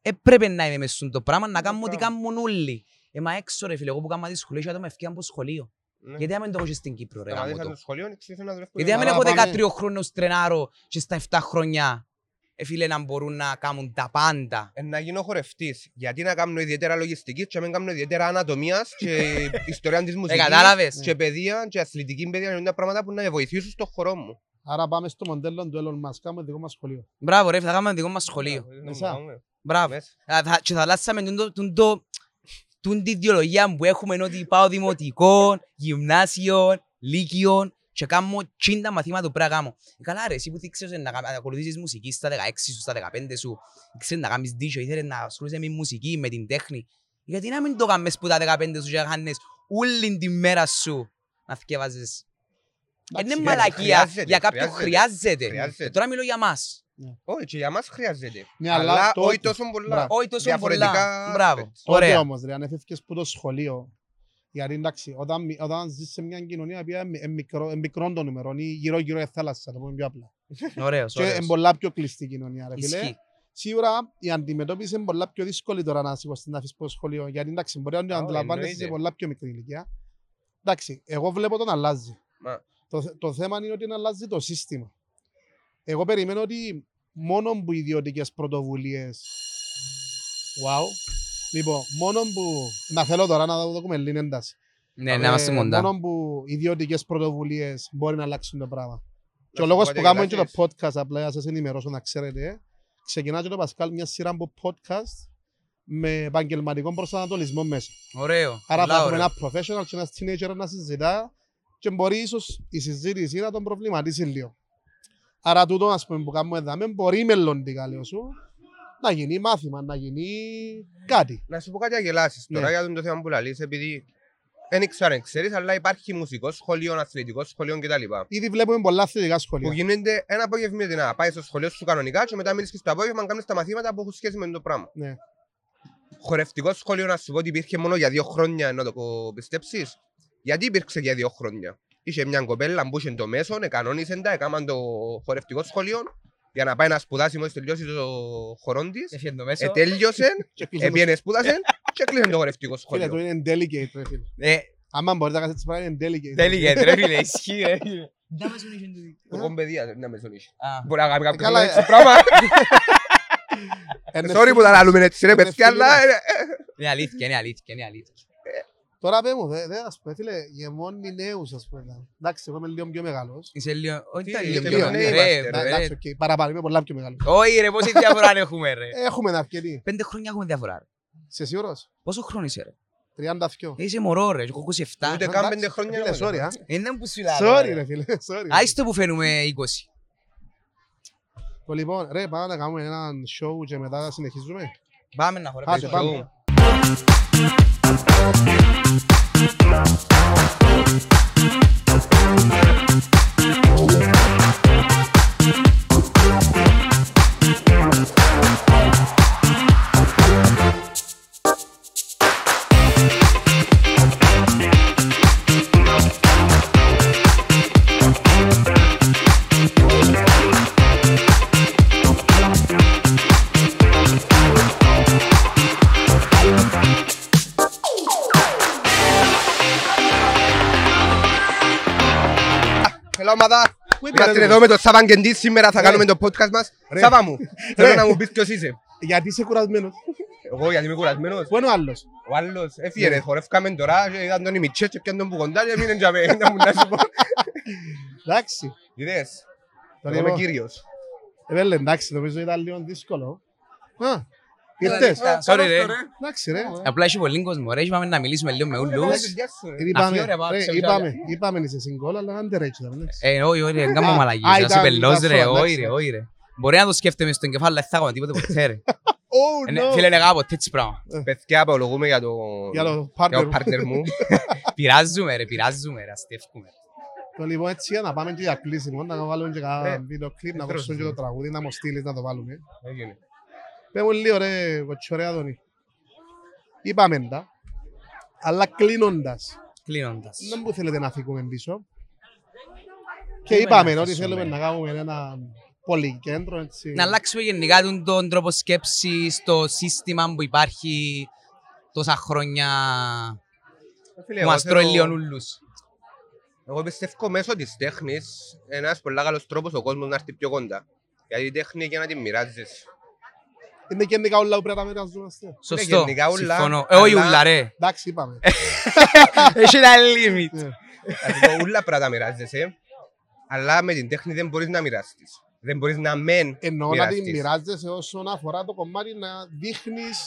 B: έπρεπε να είμαι μέσα στο πράγμα, να
C: Ναι,
B: κάνουμε ό,τι
C: πράγμα.
B: κάνουν όλοι. Ε, μα έξω ρε φίλε, εγώ που κάμα τη σχολή, είχα το με ευκαιρία από σχολείο.
C: Ναι.
B: Γιατί άμα δεν το έχω και στην Κύπρο, ρε γάμο
C: Σταματήσαν
B: το.
C: το σχολείο και ξεκίνησαν να δουλεύουν.
B: Γιατί άμα
A: Άρα
B: έχω
A: πάμε.
B: 13 χρόνους τρενάρω και στα 7 χρονιά, ε, φίλε, να μπορούν να κάνουν τα πάντα.
C: Ε, να γίνω χορευτής. Γιατί να κάνω ιδιαίτερα λογιστικής, και να μην κάνω ιδιαίτερα ανατομίας
B: <laughs>
C: και ιστορία της
B: Ε,
C: μουσικής. Ναι.
B: κατάλαβες.
C: Και παιδεία, και αθλητική παιδεία, είναι τα πράγματα που να με βοηθήσουν στον χώρο μου.
A: Άρα πάμε στο μοντέλο του Elon Musk, κάνουμε δικό μας σχολείο.
B: Μπράβο ρε, θα κάνουμε δικό μας
C: ε.
B: σχολείο.
A: Μεσά.
B: Μπράβο.
C: Μέσα.
B: Α, θα- Και θα αλλάξαμε τον το- τον το- τον την ιδεολογία που έχουμε ότι πάω δημοτικό, γυμνάσιο, λύκειο και κάνω τσίντα μαθήματα που πρέπει να κάνω. Ε, Καλά ρε, εσύ που θίξες να κα- να ακολουθήσεις μουσική στα 16 σου, στα 15 σου, ξέρεις να κάνεις δίσιο, ήθελες να ασχολείσαι με μουσική, με την τέχνη. Γιατί να μην το κάνεις που τα 15 σου και να κάνεις όλη τη μέρα σου να θκεύαζες. Είναι
A: Εντάξει,
B: μαλακία,
C: χρειάζεται,
B: για κάποιον
C: χρειάζεται.
B: χρειάζεται.
C: Χρειάζεται.
B: Ε, Τώρα μιλώ για μας.
C: Όχι, και για μας χρειάζεται.
A: Ναι, αλλά
C: αλλά
A: το-
C: όχι τόσο πολλά.
A: Μπράβο.
B: Όχι τόσο πολλά.
C: Διαφορετικά
B: Μπράβο.
C: aspects.
A: Τότε
B: Ωραία.
A: όμως ρε, αν έφευγες που το σχολείο, γιατί εντάξει, όταν, μι- όταν ζεις σε μια κοινωνία που είναι μικρό, ε, μικρόν των ημερών ή γύρω-γύρω η θάλασσα, το πούμε πιο απλά.
B: Ωραίος,
A: Και είναι
B: ωραίος.
A: πολλά πιο κλειστή κοινωνία, ρε φίλε.
B: Ισχύει.
A: Σίγουρα η αντιμετώπιση είναι πολλά πιο δύσκολη τώρα να σηκωθεί να αφήσει από το σχολείο. Γιατί εντάξει, μπορεί να το
C: Α,
A: αντιλαμβάνεσαι
C: εννοείται.
A: σε πολλά πιο μικρή ηλικία. Εντάξει, εγώ βλέπω τον αλλάζει.
C: Μα-
A: Το, θε- το θέμα είναι ότι να αλλάζει το σύστημα. Εγώ περιμένω ότι μόνο που ιδιωτικές πρωτοβουλίες. Wow. Λοιπόν, μόνο που. Να θέλω τώρα να το δούμε λίγο ένταση.
B: Ναι, να είμαστε μοντά.
A: Ε, Μόνο που ιδιωτικές πρωτοβουλίες μπορεί να αλλάξουν το πράγμα. Και ο
C: σου
A: λόγος
C: πω
A: που
C: κάτι,
A: κάνουμε και το
C: Λάκης.
A: podcast, απλά για να σας ενημερώσω να ξέρετε, ε, ξεκινά και το Πασκάλ μια σειρά από podcast με επαγγελματικό προσανατολισμό μέσα.
B: Ωραίο.
A: Άρα
B: πολλά
A: θα έχουμε
B: ωραίο.
A: ένα professional και ένας teenager να συζητά και μπορεί ίσως η συζήτηση να τον προβληματίσει λίγο. Άρα τούτο ας πούμε, που κάνουμε εδώ μπορεί μελλοντικά λέω σου να γίνει μάθημα, να γίνει κάτι.
C: Να σου πω κάτι αγελάσεις τώρα
A: Ναι.
C: για τον το θέμα που λαλείς, επειδή δεν ήξερα αν ξέρεις, αλλά υπάρχει μουσικός σχολείο, αθλητικό σχολείο κτλ.
A: Ήδη βλέπουμε πολλά αθλητικά σχολεία.
C: Που γίνεται ένα απόγευμα την να πάει στο σχολείο σου κανονικά και μετά μείνει και στο απόγευμα να κάνεις τα μαθήματα που έχουν σχέση με το πράγμα.
A: Ναι.
C: Χορευτικό σχολείο να σου πω ότι υπήρχε μόνο για δύο χρόνια να το πιστέψεις. Γιατί υπήρξε για δύο χρόνια. Είχε μια κοπέλα που είχε το μέσο, εκανόνισε τα, έκαναν το χορευτικό σχολείο για να πάει να σπουδάσει μόλις τελειώσει το χορόν τη.
A: Ε,
B: Έφυγε το μέσο.
C: Ετέλειωσε,
A: <laughs> Και κλείσαμε το-
C: έπιανε, σπούδασε και κλείσε το χορευτικό
A: Φίλε,
C: σχολείο.
A: το είναι delicate, ρε φίλε.
B: Ε,
A: Άμα μπορείτε να κάνετε τις πράγματα, είναι delicate.
B: <laughs> Τέλεια, ρε φίλε, ισχύει ρε φίλε. Δεν μας είναι
C: Το κομπεδία δεν με ζωνίσει.
B: το
C: Μπορεί να κάνει κάποιο
A: Καλά, ε.
C: έτσι πράγμα.
A: <laughs> Είναι
C: Sorry που τα λαλούμε έτσι, ρε
A: Είναι
C: παιδιά, αλλά
A: ευθύνη
C: ε,
B: Είναι αλήθεια, είναι αλήθεια, είναι αλήθεια.
A: Τώρα πέ μου, δε, δε, ας πούμε, φίλε, γεμώνει νέους, ας πούμε. Εντάξει, εγώ είμαι λίγο πιο μεγάλος.
B: Είσαι λίγο... Όχι,
C: Τι,
B: ήταν
C: λίγο,
B: λίγο,
A: ναι,
B: ρε,
C: είμαστε,
A: Ε,
B: ρε,
A: Εντάξει,
B: ρε.
A: οκ, παραπάνω, είμαι πολλά πιο μεγάλος.
B: Όχι ρε, πόση διαφορά έχουμε ρε.
A: Έχουμε αρκετή.
B: Ε, Πέντε χρόνια έχουμε διαφορά. ρε.
A: Σε σίγουρος,
B: Πόσο χρόνο είσαι ρε.
A: 32.
B: Είσαι μωρό ρε, έχω 27.
C: Ούτε
A: Ε,
C: καν
A: εντάξει,
C: πέντε χρόνια.
A: Φίλε,
C: να
A: sorry, α.
B: Είναι που σου
A: Sorry,
B: λέω.
A: ρε φίλε, <laughs> sorry.
B: Άιστο που φαίνουμε 20.
A: Το Λοιπόν, ρε, πάμε να κάνουμε έναν show και μετά συνεχίζουμε.
B: Πάμε να
A: Άντε,
B: χορέψουμε.
A: πάμε.
C: Hello, ομάδα.
A: Πού είπε,
C: Είμαστε
A: ρε,
C: εδώ με τον Σάβαν Κεντή. Σήμερα θα
A: Ρε.
C: κάνουμε το podcast μας.
A: Ρε.
C: Σάβα μου, θέλω
A: Ρε.
C: να μου πεις ποιος είσαι.
A: Γιατί είσαι κουρασμένος.
C: Εγώ γιατί είμαι κουρασμένος.
A: Πού είναι ο άλλος.
C: Ο άλλος έφυγε
A: Ναι.
C: ρε, χορεύκαμε τώρα και είδαν τον ημιτσέ και πιάνε τον που κοντά και μείναν για <laughs> μένα. Να μου να σου πω.
A: Εντάξει.
C: Είδες,
A: Τώρα
C: εγώ είμαι
A: εγώ-
C: κύριος.
A: Ε, βέλε, εντάξει, νομίζω ήταν λίγο δύσκολο. Α, ήρθες.
B: Ε, sorry, ρε.
A: Εντάξει, ρε.
B: Απλά έχει πολύ κόσμος ρε, είπαμε να μιλήσουμε λίγο με
C: Καλά,
B: ούλους.
C: τη γεια σου, ρε.
A: Ε, Είπαμε,
B: αφιόρε, πάω,
A: ρε,
B: ξέρω,
A: είπαμε,
B: ξέρω.
A: είπαμε είσαι συγκόλα, αλλά αν δεν ρέτσι ήταν, εντάξει.
B: Ε, όχι, όχι, δεν κάνω
A: Α,
B: μαλαγίες,
A: α,
B: να
A: ήταν-
B: σου πελός
A: ήταν
B: ρε,
A: σοβαρά,
B: όχι ρε,
A: εντάξει.
B: όχι ρε. Μπορεί να το σκέφτομαι στον κεφάλι, αλλά δεν θα κάνω τίποτε ποτέ ρε.
A: Oh,
B: Ε,
A: no.
B: Φίλε, είναι κάποτε έτσι πράγμα.
C: Παιδιά, απολογούμε για το...
A: Για το
C: για το
A: partner.
C: partner μου.
B: Πειράζουμε ρε, πειράζουμε ρε, αστεύκουμε.
A: Το λοιπόν έτσι να πάμε και για κλείσιμο, να βάλουμε
B: Ναι.
A: και
C: Ε,
A: κάνα βίντεο κλιπ, να
C: ε,
A: ακούσουμε και
C: τρως.
A: το τραγούδι, να μου στείλεις να το βάλουμε.
C: Έγινε.
A: Πες μου λίγο ρε, κοτσορέα Δονή. Είπαμε τα, αλλά κλείνοντας,
B: Κλείνοντας.
A: δεν μου θέλετε να φύγουμε πίσω. Και
B: Θέλουμε
A: είπαμε
B: να
A: ότι
B: αφήσουμε.
A: θέλουμε να κάνουμε ένα πολυκέντρο, έτσι.
B: Να αλλάξουμε γενικά τον, τον τρόπο σκέψης, το σύστημα που υπάρχει τόσα χρόνια
C: Φίλε,
B: που
C: εγώ
B: μας τρώει
C: θέλω-
B: λίγο ούλους.
C: Εγώ πιστεύω μέσω της τέχνης ένας πολύ καλός τρόπος ο κόσμος να έρθει πιο κοντά. Γιατί η τέχνη για να την μοιράζεσαι.
A: Είναι γενικά όλα που πρέπει να μοιραζόμαστε.
B: Σωστό,
C: γενικά ούλα,
B: συμφωνώ. Ε, όχι
C: αλλά-
A: <laughs>
B: ούλα ρε,
A: Εντάξει, είπαμε.
B: Ε, έχει ένα limit.
A: Ναι.
C: Εγώ ούλα πράγματα μοιράζεσαι, αλλά με την τέχνη δεν μπορείς να μοιραστείς. Δεν μπορείς να μεν
A: Εννοώ να την
C: μοιραστείς.
A: μοιράζεσαι όσον αφορά το κομμάτι να δείχνεις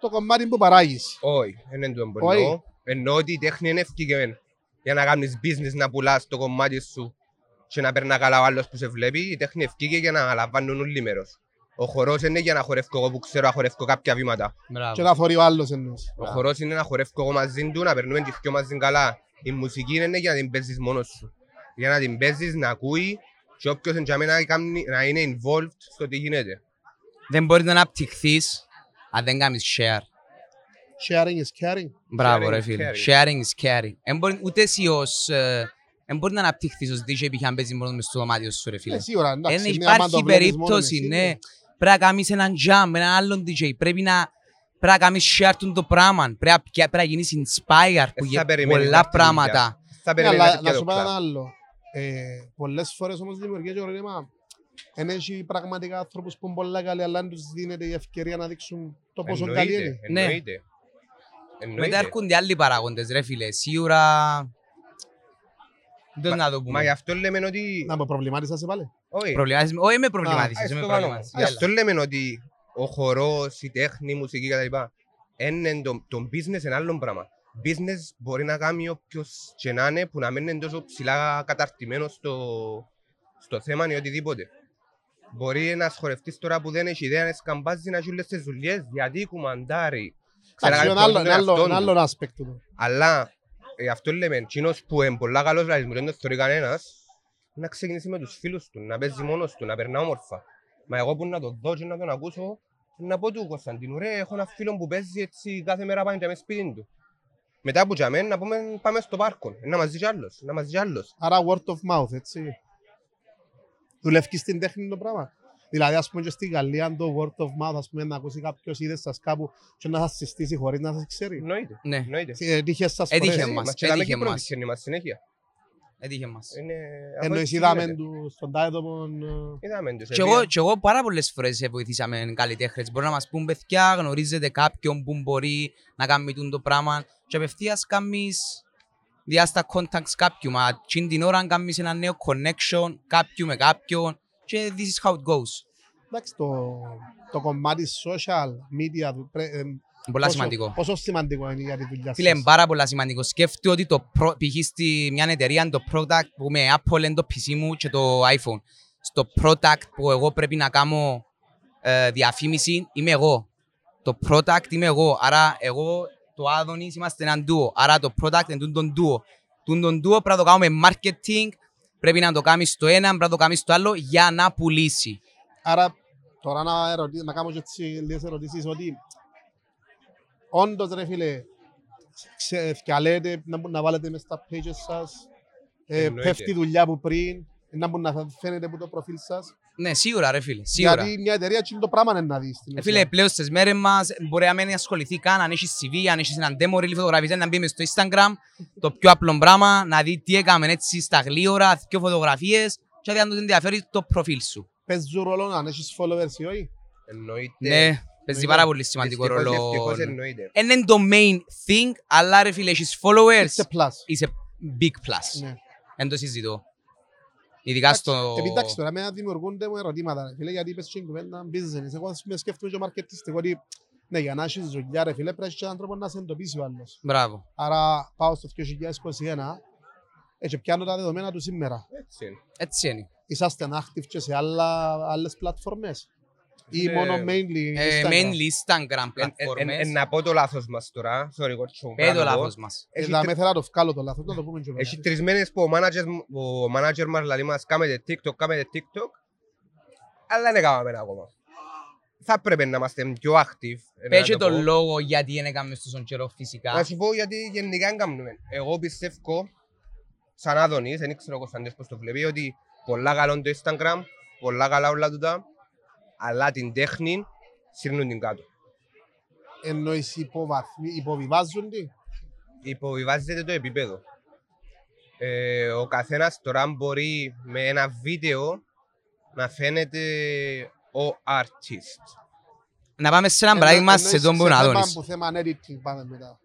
A: το κομμάτι που παράγεις.
C: Όχι, δεν είναι το που
A: Όχι.
C: εννοώ. Εννοώ ότι η τέχνη είναι ευκαιρία για να κάνεις business, να πουλάς το κομμάτι σου και να περνά καλά ο άλλος που σε βλέπει. Η τέχνη ευκαιρία για να λαμβάνουν όλοι μέρος. Ο χορός είναι για να χορεύω εγώ που ξέρω να χορεύω κάποια βήματα.
A: Και
B: Μπράβο.
A: να θωρεί ο άλλος εννοείς.
C: Ο χορός είναι να χορεύω εγώ μαζί του, να περνούμε και πιο μαζί καλά. Η μουσική είναι για να την παίζεις μόνος σου. Για να την παίζεις, να ακούει και όποιος εντιαμεί να, κάνει- να είναι involved στο τι γίνεται.
B: Δεν μπορείς να αναπτυχθείς αν δεν κάνεις share.
A: Sharing is caring.
B: Μπράβο
C: Sharing
B: ρε
C: is
B: φίλε.
C: caring.
B: Sharing is caring. Εν μπορεί- Ούτες εσύ ως... ε, εν μπορεί να αναπτυχθείς ως DJ επειδή αν παίζεις μόνος μες στο δωμάτιο σου ρε
A: Ε,
B: φίλε.
A: σίγουρα, εντάξει.
B: Δεν
A: μια άμα
B: υπάρχει
A: το βλέπεις μόνος
B: περίπτωση,
A: εσύ,
B: ναι. Πρέπει να κάνεις έναν jump, έναν άλλον DJ. Πρέπει να, πρέπει να κάνεις share του το πράγμα. Πρέπει, να- πρέπει να γίνεις inspired που
C: Ε, θα
B: γε-
C: περιμένεις να
B: πολλά
C: έρθει η
B: πράγματα.
C: δουλειά. Θα
A: Ναι,
C: περιμένεις
A: αλλά
C: να
A: να
C: το
A: σου πω
C: κλαμπ.
A: ένα άλλο. Ε, πολλές φορές όμως δημιουργεί και ρόλημα. Εν έχει πραγματικά άνθρωπους που είναι πολλά καλοί, αλλά αν τους δίνεται η ευκαιρία να δείξουν το πόσο καλή
C: Εννοείται,
A: είναι.
B: Ναι.
C: εννοείται. Εννοείται.
B: Μετά έρχονται άλλοι παράγοντες ρε φίλε. Σίγουρα... Δεν να το
C: Μα γι'
B: πούμε.
C: αυτό λέμε ότι...
A: Να με προβλημάτισα σε πάλι.
C: Όχι,
B: Προβλημάτισες με- Όχι με
C: α,
B: προβλημάτισες,
C: στο
B: με
C: πάνω.
B: προβλημάτισες.
C: Γι' αυτό λέμε ότι ο χορός, η τέχνη, η μουσική κτλ. Είναι το, το business ένα άλλο πράγμα. Business μπορεί να κάνει όποιος και να είναι που να μην είναι τόσο ψηλά καταρτημένος στο, στο θέμα ή οτιδήποτε. Μπορεί να σχολευτείς τώρα που δεν έχει ιδέα να σκαμπάζει να σου λες τις δουλειές, γιατί κουμαντάρει. Ξέρει
A: Εντάξει,
C: να
A: είναι
C: κάνει
A: άλλο-
C: τον
A: είναι άλλο- είναι
C: εαυτόν του.
A: άλλο aspect του.
C: Αλλά ε, αυτό λέμε, εκείνος που είναι πολλά καλός λαλισμού, δεν το θεωρεί κανένας, να ξεκινήσει με τους φίλους του, να παίζει μόνος του, να περνά όμορφα. Μα εγώ που να τον δω και να τον ακούσω, να πω του Κωνσταντίνου, ρε, έχω ένα φίλο που παίζει έτσι κάθε μέρα πάνω και μέσα σπίτι του. Μετά που τζαμέ, να πούμε, πάμε στο πάρκο, να μαζί κι άλλος, να μαζί κι άλλος.
A: Άρα word of mouth, έτσι. Δουλεύει στην τέχνη το πράγμα. Δηλαδή, ας πούμε, και στη Γαλλία, το word of mouth, ας πούμε, να ακούσει κάποιος είδες σας κάπου και να σας συστήσει χωρίς να σας ξέρει.
C: Εννοείται,
B: Ναι,
C: εννοείται.
A: Ε, Τύχες σας
B: Έτυχε
A: φορές.
B: μας.
C: Μας και δάμε
B: έτυχε
C: Κύπρο,
B: μας.
C: τυχαίνει μας συνέχεια.
B: έτυχε μας.
C: Είναι- από
A: Εννοείς
C: έτσι
A: είδαμε
C: γίνεται.
A: τους στον Τάιδομον. ε,
C: Είδαμε τους.
B: Και εγώ, και εγώ πάρα πολλές φορές ε, βοηθήσαμε καλλιτέχνες. Μπορεί να μας πούν παιδιά, γνωρίζετε κάποιον που μπορεί να κάνει τούτο το πράγμα. Και απευθείας κάνεις διάστα contacts κάποιου. Μα τσιν την ώρα κάνεις ένα νέο connection κάποιου με κάποιον. Και this is how it goes.
A: Εντάξει, το, το κομμάτι social media του, πρέ- ε,
B: Είναι Πολλά
A: πόσο-
B: σημαντικό.
A: Πόσο σημαντικό είναι για τη δουλειά
B: Φίλε,
A: σας.
B: είναι πάρα πολλά σημαντικό. Σκέφτομαι ότι το προ... π.χ. στη μια εταιρεία το product που με Apple είναι το PC μου και το iPhone. Στο product που εγώ πρέπει να κάνω ε, διαφήμιση είμαι εγώ. Το product είμαι εγώ. Άρα εγώ, το Άδωνης είμαστε έναν duo. Άρα το product είναι τούτον duo. Τούτον duo πρέπει να το κάνουμε marketing, πρέπει να το κάνεις στο ένα, πρέπει να το κάνεις στο άλλο για να πουλήσει.
A: Άρα, τώρα να, ερωτη... να κάνω και έτσι λίγες ερωτήσεις ότι όντως ρε φίλε, ξε- ευκαλέτε να, μπο- να βάλετε μες στα pages σας, ε,
C: Εννοείται.
A: πέφτει η δουλειά που πριν, να μπορεί να φαίνεται από το προφίλ σας.
B: Ναι, σίγουρα ρε φίλε. Σίγουρα.
A: Γιατί μια εταιρεία τσιν το πράγμα είναι να δεις. στην
B: Ε,
A: ουσία.
B: Φίλε, πλέον στις μέρες μας μπορεί να μην ασχοληθεί καν αν έχεις CV, αν έχεις έναν demo reel φωτογραφίες, να μπει μες στο Instagram, το πιο απλό πράγμα, να δει τι έκαμε έτσι στα γλύωρα, δύο φωτογραφίες και να δει αν τους ενδιαφέρει το προφίλ σου.
A: Παίζει ρόλο αν έχεις followers ή όχι.
C: Εννοείται.
B: Ναι, παίζει
C: Εννοείται.
B: πάρα πολύ σημαντικό
C: Δυστυχώς,
B: ρόλο.
C: δυστυχώς εννοείται.
B: Εν Είναι το main thing, αλλά ρε φίλε, έχεις followers,
A: Είστε plus.
B: είσαι big plus.
A: Ναι.
B: Δεν το συζητώ. Ειδικά στο...
A: Επειδή εντάξει τώρα εμένα δημιουργούνται μου ερωτήματα ρε φίλε γιατί είπες στην κουβέντα business. Εγώ ας πούμε σκέφτομαι και μαρκετιστικό ότι ναι για να έχεις δουλειά ρε φίλε πρέπει να έχεις και έναν τρόπο να σε εντοπίσει ο άλλος.
B: Μπράβο.
A: Άρα πάω στο 2021 έτσι ε, πιάνω τα δεδομένα του σήμερα.
C: Έτσι είναι.
B: Έτσι είναι.
A: Είσαστε active και σε άλλα, άλλες πλατφορμές ή
C: Ναι.
A: μόνο mainly
B: Ε,
A: Instagram.
B: Mainly Instagram
C: Εν- εν- εν- εν-
B: πλατφόρμες.
C: Να πω το λάθος μας τώρα. Sorry, κορτσό μου,
B: Πέτω
C: πράγμα εγώ.
B: λάθος μας.
A: Ε,
C: Έχει
A: δα,
C: τρι-
A: με θέλω να το βγάλω το λάθος, να το πούμε και μετά.
C: Έχει τρεις μέρες που ο manager, μου- ο manager μας λέει μας κάμετε TikTok, κάμετε TikTok αλλά δεν κάμαμε ακόμα. Θα πρέπει να είμαστε πιο active. ε, να
B: Πέτσε
C: το
B: τον
C: πω.
B: λόγο γιατί δεν έκαμε στο στον καιρό
C: Να
B: φυσικά.
C: σου πω γιατί γενικά δεν κάνουμε. Εγώ πιστεύω, σαν Άδωνης, δεν ξέρω ο Κωνσταντής πώς το βλέπει, ότι πολλά καλό το Instagram, πολλά καλά όλα τούτα, αλλά την τέχνη σύρνουν την κάτω.
A: Εννοείς υποβαθμί- υποβιβάζονται.
C: υποβιβάζεται το επίπεδο. Ε, ο καθένας τώρα μπορεί με ένα βίντεο να φαίνεται ο artist.
B: Να πάμε σε ένα
A: Εννο-
B: πράγμα
A: εννοείς
B: σε τον που να
A: θέμα
B: δώνεις.
A: που θέμα editing πάμε μετά.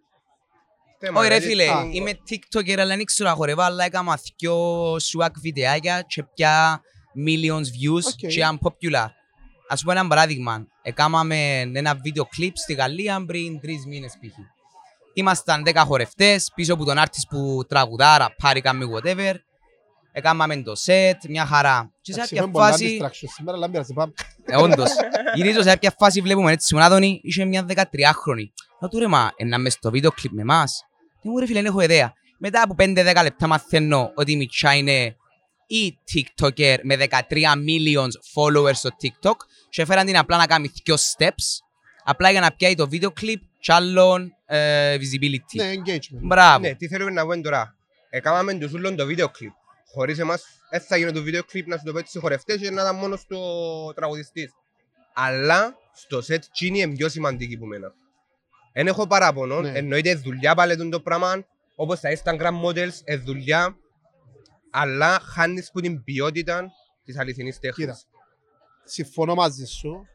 C: Θέμα
B: Όχι ρε
C: δεν
B: φίλε,
C: είναι-
B: είμαι TikToker αλλά δεν ξέρω να χορεύω, αλλά έκαμα δυο swag βιντεάκια και πια millions views
A: Οκ.
B: και I'm popular. Ας πούμε ένα παράδειγμα, έκαναμε ένα βίντεο clip στη Γαλλία πριν τρεις μήνες π.χ. Ήμασταν 10 χορευτές πίσω από τον artist που τραγουδά, ραπάρει, κάνει whatever. Έκαναμε το set, μια χαρά. Και σε
A: Εντάξει,
B: κάποια
A: είχαμε πολλά
B: φάση...
A: distractions σήμερα, αλλά μην πειράζει, πάμε.
B: Ε, όντως. Γυρίζω σε κάποια φάση βλέπουμε έτσι τον Άδωνη, είχε μια 13χρονη. Θα του ρε μα, να μες στο βίντεο κλιπ με εμάς. Δεν μου ρε φίλε, δεν έχω ιδέα. Μετά από 5-10 λεπτά μαθαίνω ότι η Μιτσά είναι η TikToker με 13 millions followers στο TikTok και φέραν την απλά να κάνει δυο steps απλά για να πιάει το βίντεο κλιπ και άλλον ε, visibility.
A: Ναι, engagement.
B: Μπράβο.
C: Ναι, τι θέλουμε να πούμε τώρα. Έκαναμε το σούλον το βίντεο κλιπ. Χωρίς εμάς, δεν θα γίνει το βίντεο κλιπ να σου το πέτσει στους χορευτές και να ήταν μόνος στο τραγουδιστής. Αλλά στο set τσίνη είναι πιο σημαντική που μένα. Εν έχω παράπονο,
A: Ναι.
C: εννοείται δουλειά πάλι το πράγμα, όπως τα Instagram models, ε, δουλειά, αλλά χάνεις που την ποιότητα της αληθινής
A: Κοίτα.
C: τέχνης.
A: συμφωνώ μαζί σου.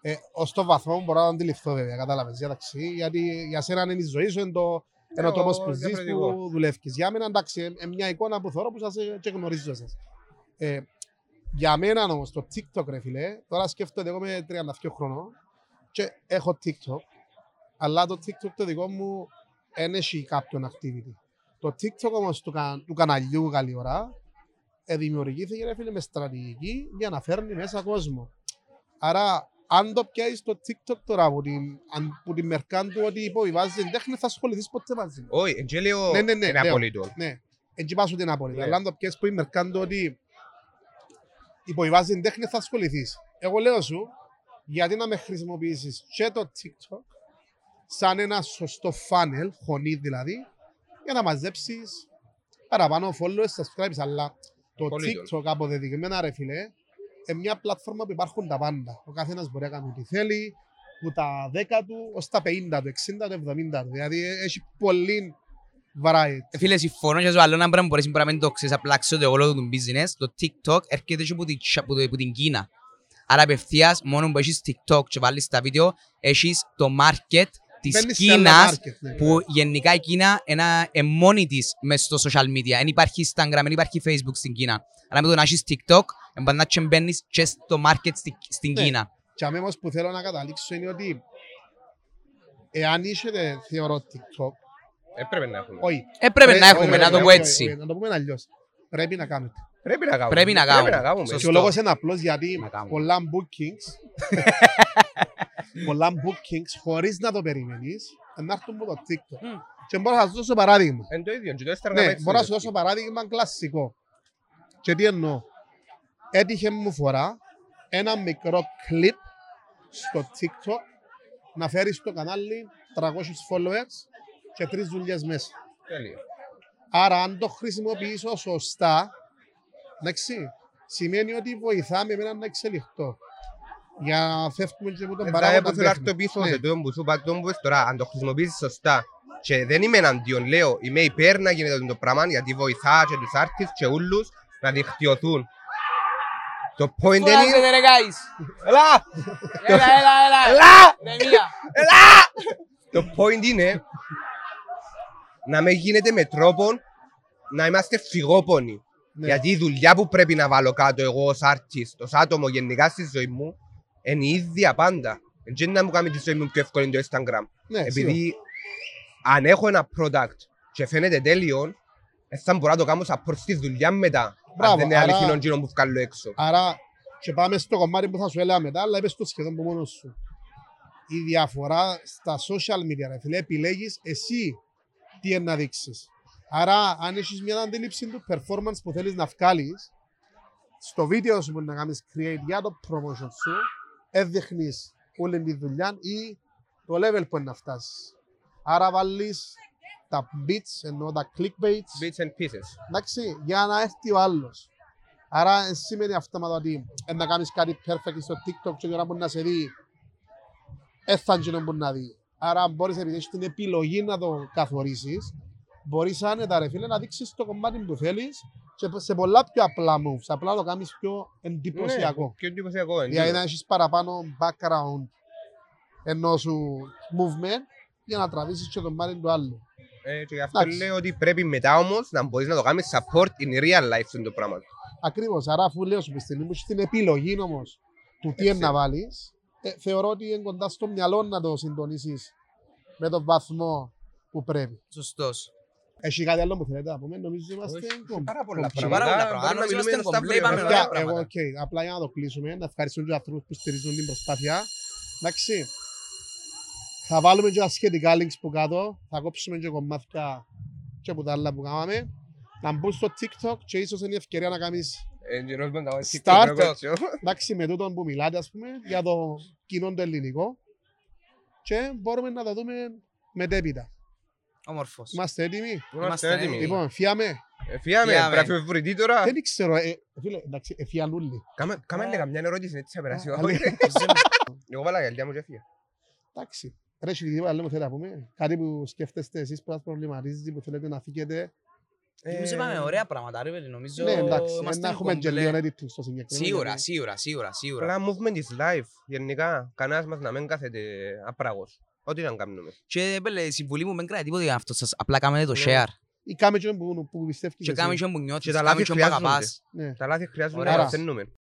A: Ε, ως τον βαθμό που μπορώ να αντιληφθώ βέβαια, κατάλαβες, εντάξει, γιατί για σένα είναι η ζωή σου, είναι το, είναι ο
C: Ναι,
A: τρόπος
C: ο
A: που ζεις, που
C: διαφορετικό.
A: δουλεύεις. Για μένα, εντάξει, ε, ε, μια εικόνα που θεωρώ που σας ε, και γνωρίζω εσάς. Ε, για μένα όμως το TikTok ρε φίλε, τώρα σκέφτομαι εγώ με 32 χρονών και έχω TikTok, αλλά το TikTok το δικό μου δεν έχει κάποιον activity. Το TikTok όμως του, κα, του καναλιού Γαλλιωρά ε, δημιουργήθηκε ρε φίλε, με στρατηγική για να φέρνει μέσα κόσμο. Άρα, αν το πιάσεις το TikTok τώρα από την, αν, που την μερκά του ότι υποβιβάζει την τέχνη, θα ασχοληθείς ποτέ μαζί. της.
C: Όχι, εν και λέω
A: Ναι, ναι, ναι,
C: είναι
A: λέω.
C: απολύτω.
A: Ναι, έτσι πάσω την απόλυτα.
C: Ναι.
A: Αλλά αν το πιέσεις που η μερκά του ότι υποβιβάζει την τέχνη θα ασχοληθείς. Εγώ λέω σου, γιατί να με χρησιμοποιήσεις και το TikTok σαν ένα σωστό funnel, χωνί δηλαδή, για να μαζέψεις παραπάνω followers, subscribers, αλλά το
C: Πολύ
A: TikTok αποδεδειγμένα ρε φίλε, είναι μια πλατφόρμα που υπάρχουν τα πάντα. Ο καθένας μπορεί να κάνει ό,τι θέλει, που τα 10 του ως τα 50 του, 60 του, 70 του. Δηλαδή ε, έχει πολύ variety.
B: Φίλε, συμφωνώ και στο άλλο ένα πράγμα που μπορείς να μην το ξέρεις, απλά ξέρω το όλο του business, το TikTok έρχεται και από την, Τσα- από το- από την Κίνα. Άρα απευθείας, μόνο που έχεις TikTok και βάλεις τα βίντεο, έχεις το market της
A: Μπαίνεις σε άλλα
B: Κίνας,
A: market, ναι.
B: που γενικά η Κίνα ένα, ε, μόνη της μες στο social media. Δεν υπάρχει Instagram, δεν υπάρχει Facebook στην Κίνα. Άρα με το να έχεις TikTok, εμπαντά και μπαίνεις και στο market στη, στην
A: Ναι.
B: Κίνα.
A: Και αμέ όμως που θέλω να καταλήξω είναι ότι εάν είσαι θεωρώ TikTok,
C: Έπρεπε να έχουμε.
A: όχι.
B: Ε, πρέπει
A: πρέ-
B: να
A: όχι,
B: έχουμε,
A: όχι,
B: να το
A: όχι,
B: πω
A: όχι,
B: έτσι.
A: όχι, Να το πούμε αλλιώς. Πρέπει να κάνετε.
C: Πρέπει να κάνουμε.
B: Πρέπει να κάνουμε.
A: Και
B: Σωστό.
A: ο λόγος είναι απλός γιατί
B: Να κάνουμε.
A: πολλά
B: <laughs>
A: bookings, πολλά bookings χωρίς να το περιμένεις, να έρθουν από το TikTok.
B: Μμ.
A: Και μπορώ να σας δώσω παράδειγμα.
C: Εν το ίδιο. και το Instagram
A: Ναι,
C: έτσι
A: μπορώ να
C: είναι.
A: σου δώσω παράδειγμα κλασικό. Και τι εννοώ. Έτυχε μου φορά ένα μικρό κλιπ στο TikTok να φέρεις στο κανάλι 300 followers και τρεις δουλειές μέσα.
C: Τέλειο.
A: Άρα αν το χρησιμοποιήσω σωστά, εντάξει, σημαίνει ότι βοηθάμε εμένα να εξελιχθώ. Για να φεύγουμε και από τον
C: Ε, Θα
A: παράγοντα
C: έπρεπε να
A: τέχνη.
C: έρθω πίσω
A: Ναι.
C: σε τούτο που σου είπα, τούτο που είπες τώρα, αν το χρησιμοποιήσεις σωστά. Και δεν είμαι εναντίον, λέω, είμαι υπέρ να γίνεται το πράγμα, γιατί βοηθά και τους artists και ούλους να δικτυωθούν. Το point δεν είναι...
B: Φωνάζετε ρε guys.
A: <laughs>
C: Ελά!
B: Έλα, έλα, έλα.
C: Ελά!
B: Ταινία.
C: Το point είναι να με γίνεται με τρόπο να είμαστε φυγόπονοι.
A: Ναι.
C: Γιατί η δουλειά που πρέπει να βάλω κάτω εγώ ως artist, ως άτομο γενικά στη ζωή μου, είναι η ίδια πάντα. Εν τζ' είναι να μου κάνει τη ζωή μου πιο εύκολη το Instagram.
A: Ναι, σίγουρα.
C: Επειδή αν έχω ένα product και φαίνεται τέλειο, ε, θα μπορώ να το κάνω support στη δουλειά μου μετά.
A: Μπράβο,
C: αν δεν είναι
A: άρα-
C: αληθινό τζίνο που βγάλω έξω.
A: Άρα, και πάμε στο κομμάτι που θα σου έλεγα μετά, αλλά είπες το σχεδόν από μόνος σου. Η διαφορά στα social media, ρε φίλε, επιλέγεις εσύ τι είναι να δείξεις. Άρα, αν έχεις μια αντίληψη του performance που θέλεις να βγάλεις, στο βίντεο σου που να κάνεις create για το promotion σου, έδειχνεις όλη τη δουλειά ή το level που είναι να φτάσεις. Άρα βάλεις τα beats, εννοώ τα clickbaits,
C: Bits and pieces.
A: εντάξει, για να έρθει ο άλλος. Άρα ε, σημαίνει αυτόματα ότι ε, να κάνεις κάτι perfect στο TikTok και η ώρα που να σε δει, έφτανε και να μπορεί να δει. Άρα μπορείς επειδή έχεις την επιλογή να το καθορίσεις, μπορείς άνετα ρε φίλε να δείξεις το κομμάτι που θέλεις και σε πολλά πιο απλά moves. Απλά να το κάνεις πιο εντυπωσιακό.
C: Ναι, Πιο εντυπωσιακό. εν
A: Δηλαδή
C: τζίνο.
A: να έχεις παραπάνω background ενός σου movement για να τραβήσεις και το μάτι του άλλου.
C: Ε, και γι' αυτό
A: Εντάξει.
C: λέω ότι πρέπει μετά όμως να μπορείς να το κάνεις support in real life αυτό το πράγμα.
A: Ακριβώς. Άρα, αφού λέω σου πιστεύω, μου έχεις την επιλογή όμως του τι
C: Έτσι.
A: να βάλεις, θεωρώ ότι είναι κοντά στο μυαλό να το συντονίσεις με τον βαθμό που πρέπει.
B: Σωστός.
A: Έχει κάτι άλλο που θέλετε να πούμε, νομίζω είμαστε κομπ-
C: Πάρα πολλά
A: κομπ-
B: πράγματα.
C: πράγματα.
B: Άρα
C: Μπορούμε να
B: είμαστε
C: μιλούμε
B: κομπλέ,
C: στα
B: είπαμε
C: βράδια.
B: ωραία
A: Παιδιά,
B: πράγματα.
A: Εγώ, οκ, απλά για να το κλείσουμε, να ευχαριστούμε τους ανθρώπους που στηρίζουν την προσπάθεια. Εντάξει. Θα βάλουμε και τα σχετικά links που κάτω, θα κόψουμε και κομμάτια και από τα άλλα που κάναμε. Να μπουν στο TikTok και ίσως είναι η ευκαιρία να κάνεις
C: Ε, γυρός με τα βάζει
A: Start
C: TikTok,
A: up.
C: έτσι, ο.
A: εντάξει, με τούτον που μιλάτε, ας πούμε, για το κοινό το ελληνικό. Και μπορούμε να τα δούμε μετέπειτα.
B: Όμορφος.
A: Είμαστε έτοιμοι.
C: Είμαστε έτοιμοι.
B: έτοιμοι.
A: Λοιπόν, φιάμε.
C: Ε, φύγαμε,
B: Φύγαμε.
C: πρέπει να βρεθεί τώρα.
A: Δεν ξέρω, ε, φίλε, εντάξει, εφιαν όλοι.
C: Κάμε- κάμε
B: Α.
C: λίγα μια ερώτηση, έτσι θα περάσει.
A: Α, λέει.
C: Εγώ βάλα γυαλιά μου και έφυγα.
A: Εντάξει. Ρε, έχει τίποτα άλλο που θέλετε να πούμε. Κάτι που σκέφτεστε εσείς που σας προβληματίζει, που θέλετε να φύγετε.
C: Ε,
B: Νομίζω είπαμε ωραία πράγματα, ρε παιδί, νομίζω
A: Ναι, εντάξει,
B: είμαστε
A: να έχουμε
B: κομπλέ.
A: γελίο editing στο συγκεκριμένο.
B: Σίγουρα,
A: γιατί-
B: σίγουρα, σίγουρα, σίγουρα.
C: Ναι, Απλά movement is life, γενικά. Κανένας μας να μην κάθεται απράγος. Ό,τι να κάνουμε.
B: Και πέλε, συμβουλή μου, μην κρατάει τίποτα για αυτό σας, απλά κάμε το
C: Ναι.
B: share.
A: Ή κάμε εκείνο που, που πιστεύεις
B: Και
A: εσύ.
B: κάμε και που νιώθεις,
C: ε, Και τα
B: κάμε
C: λάθη
B: και που αγαπάς.
C: χρειάζονται.
A: Ναι.
C: Τα λάθη χρειάζονται
B: Ωραία.
C: να μαθαίνουμε.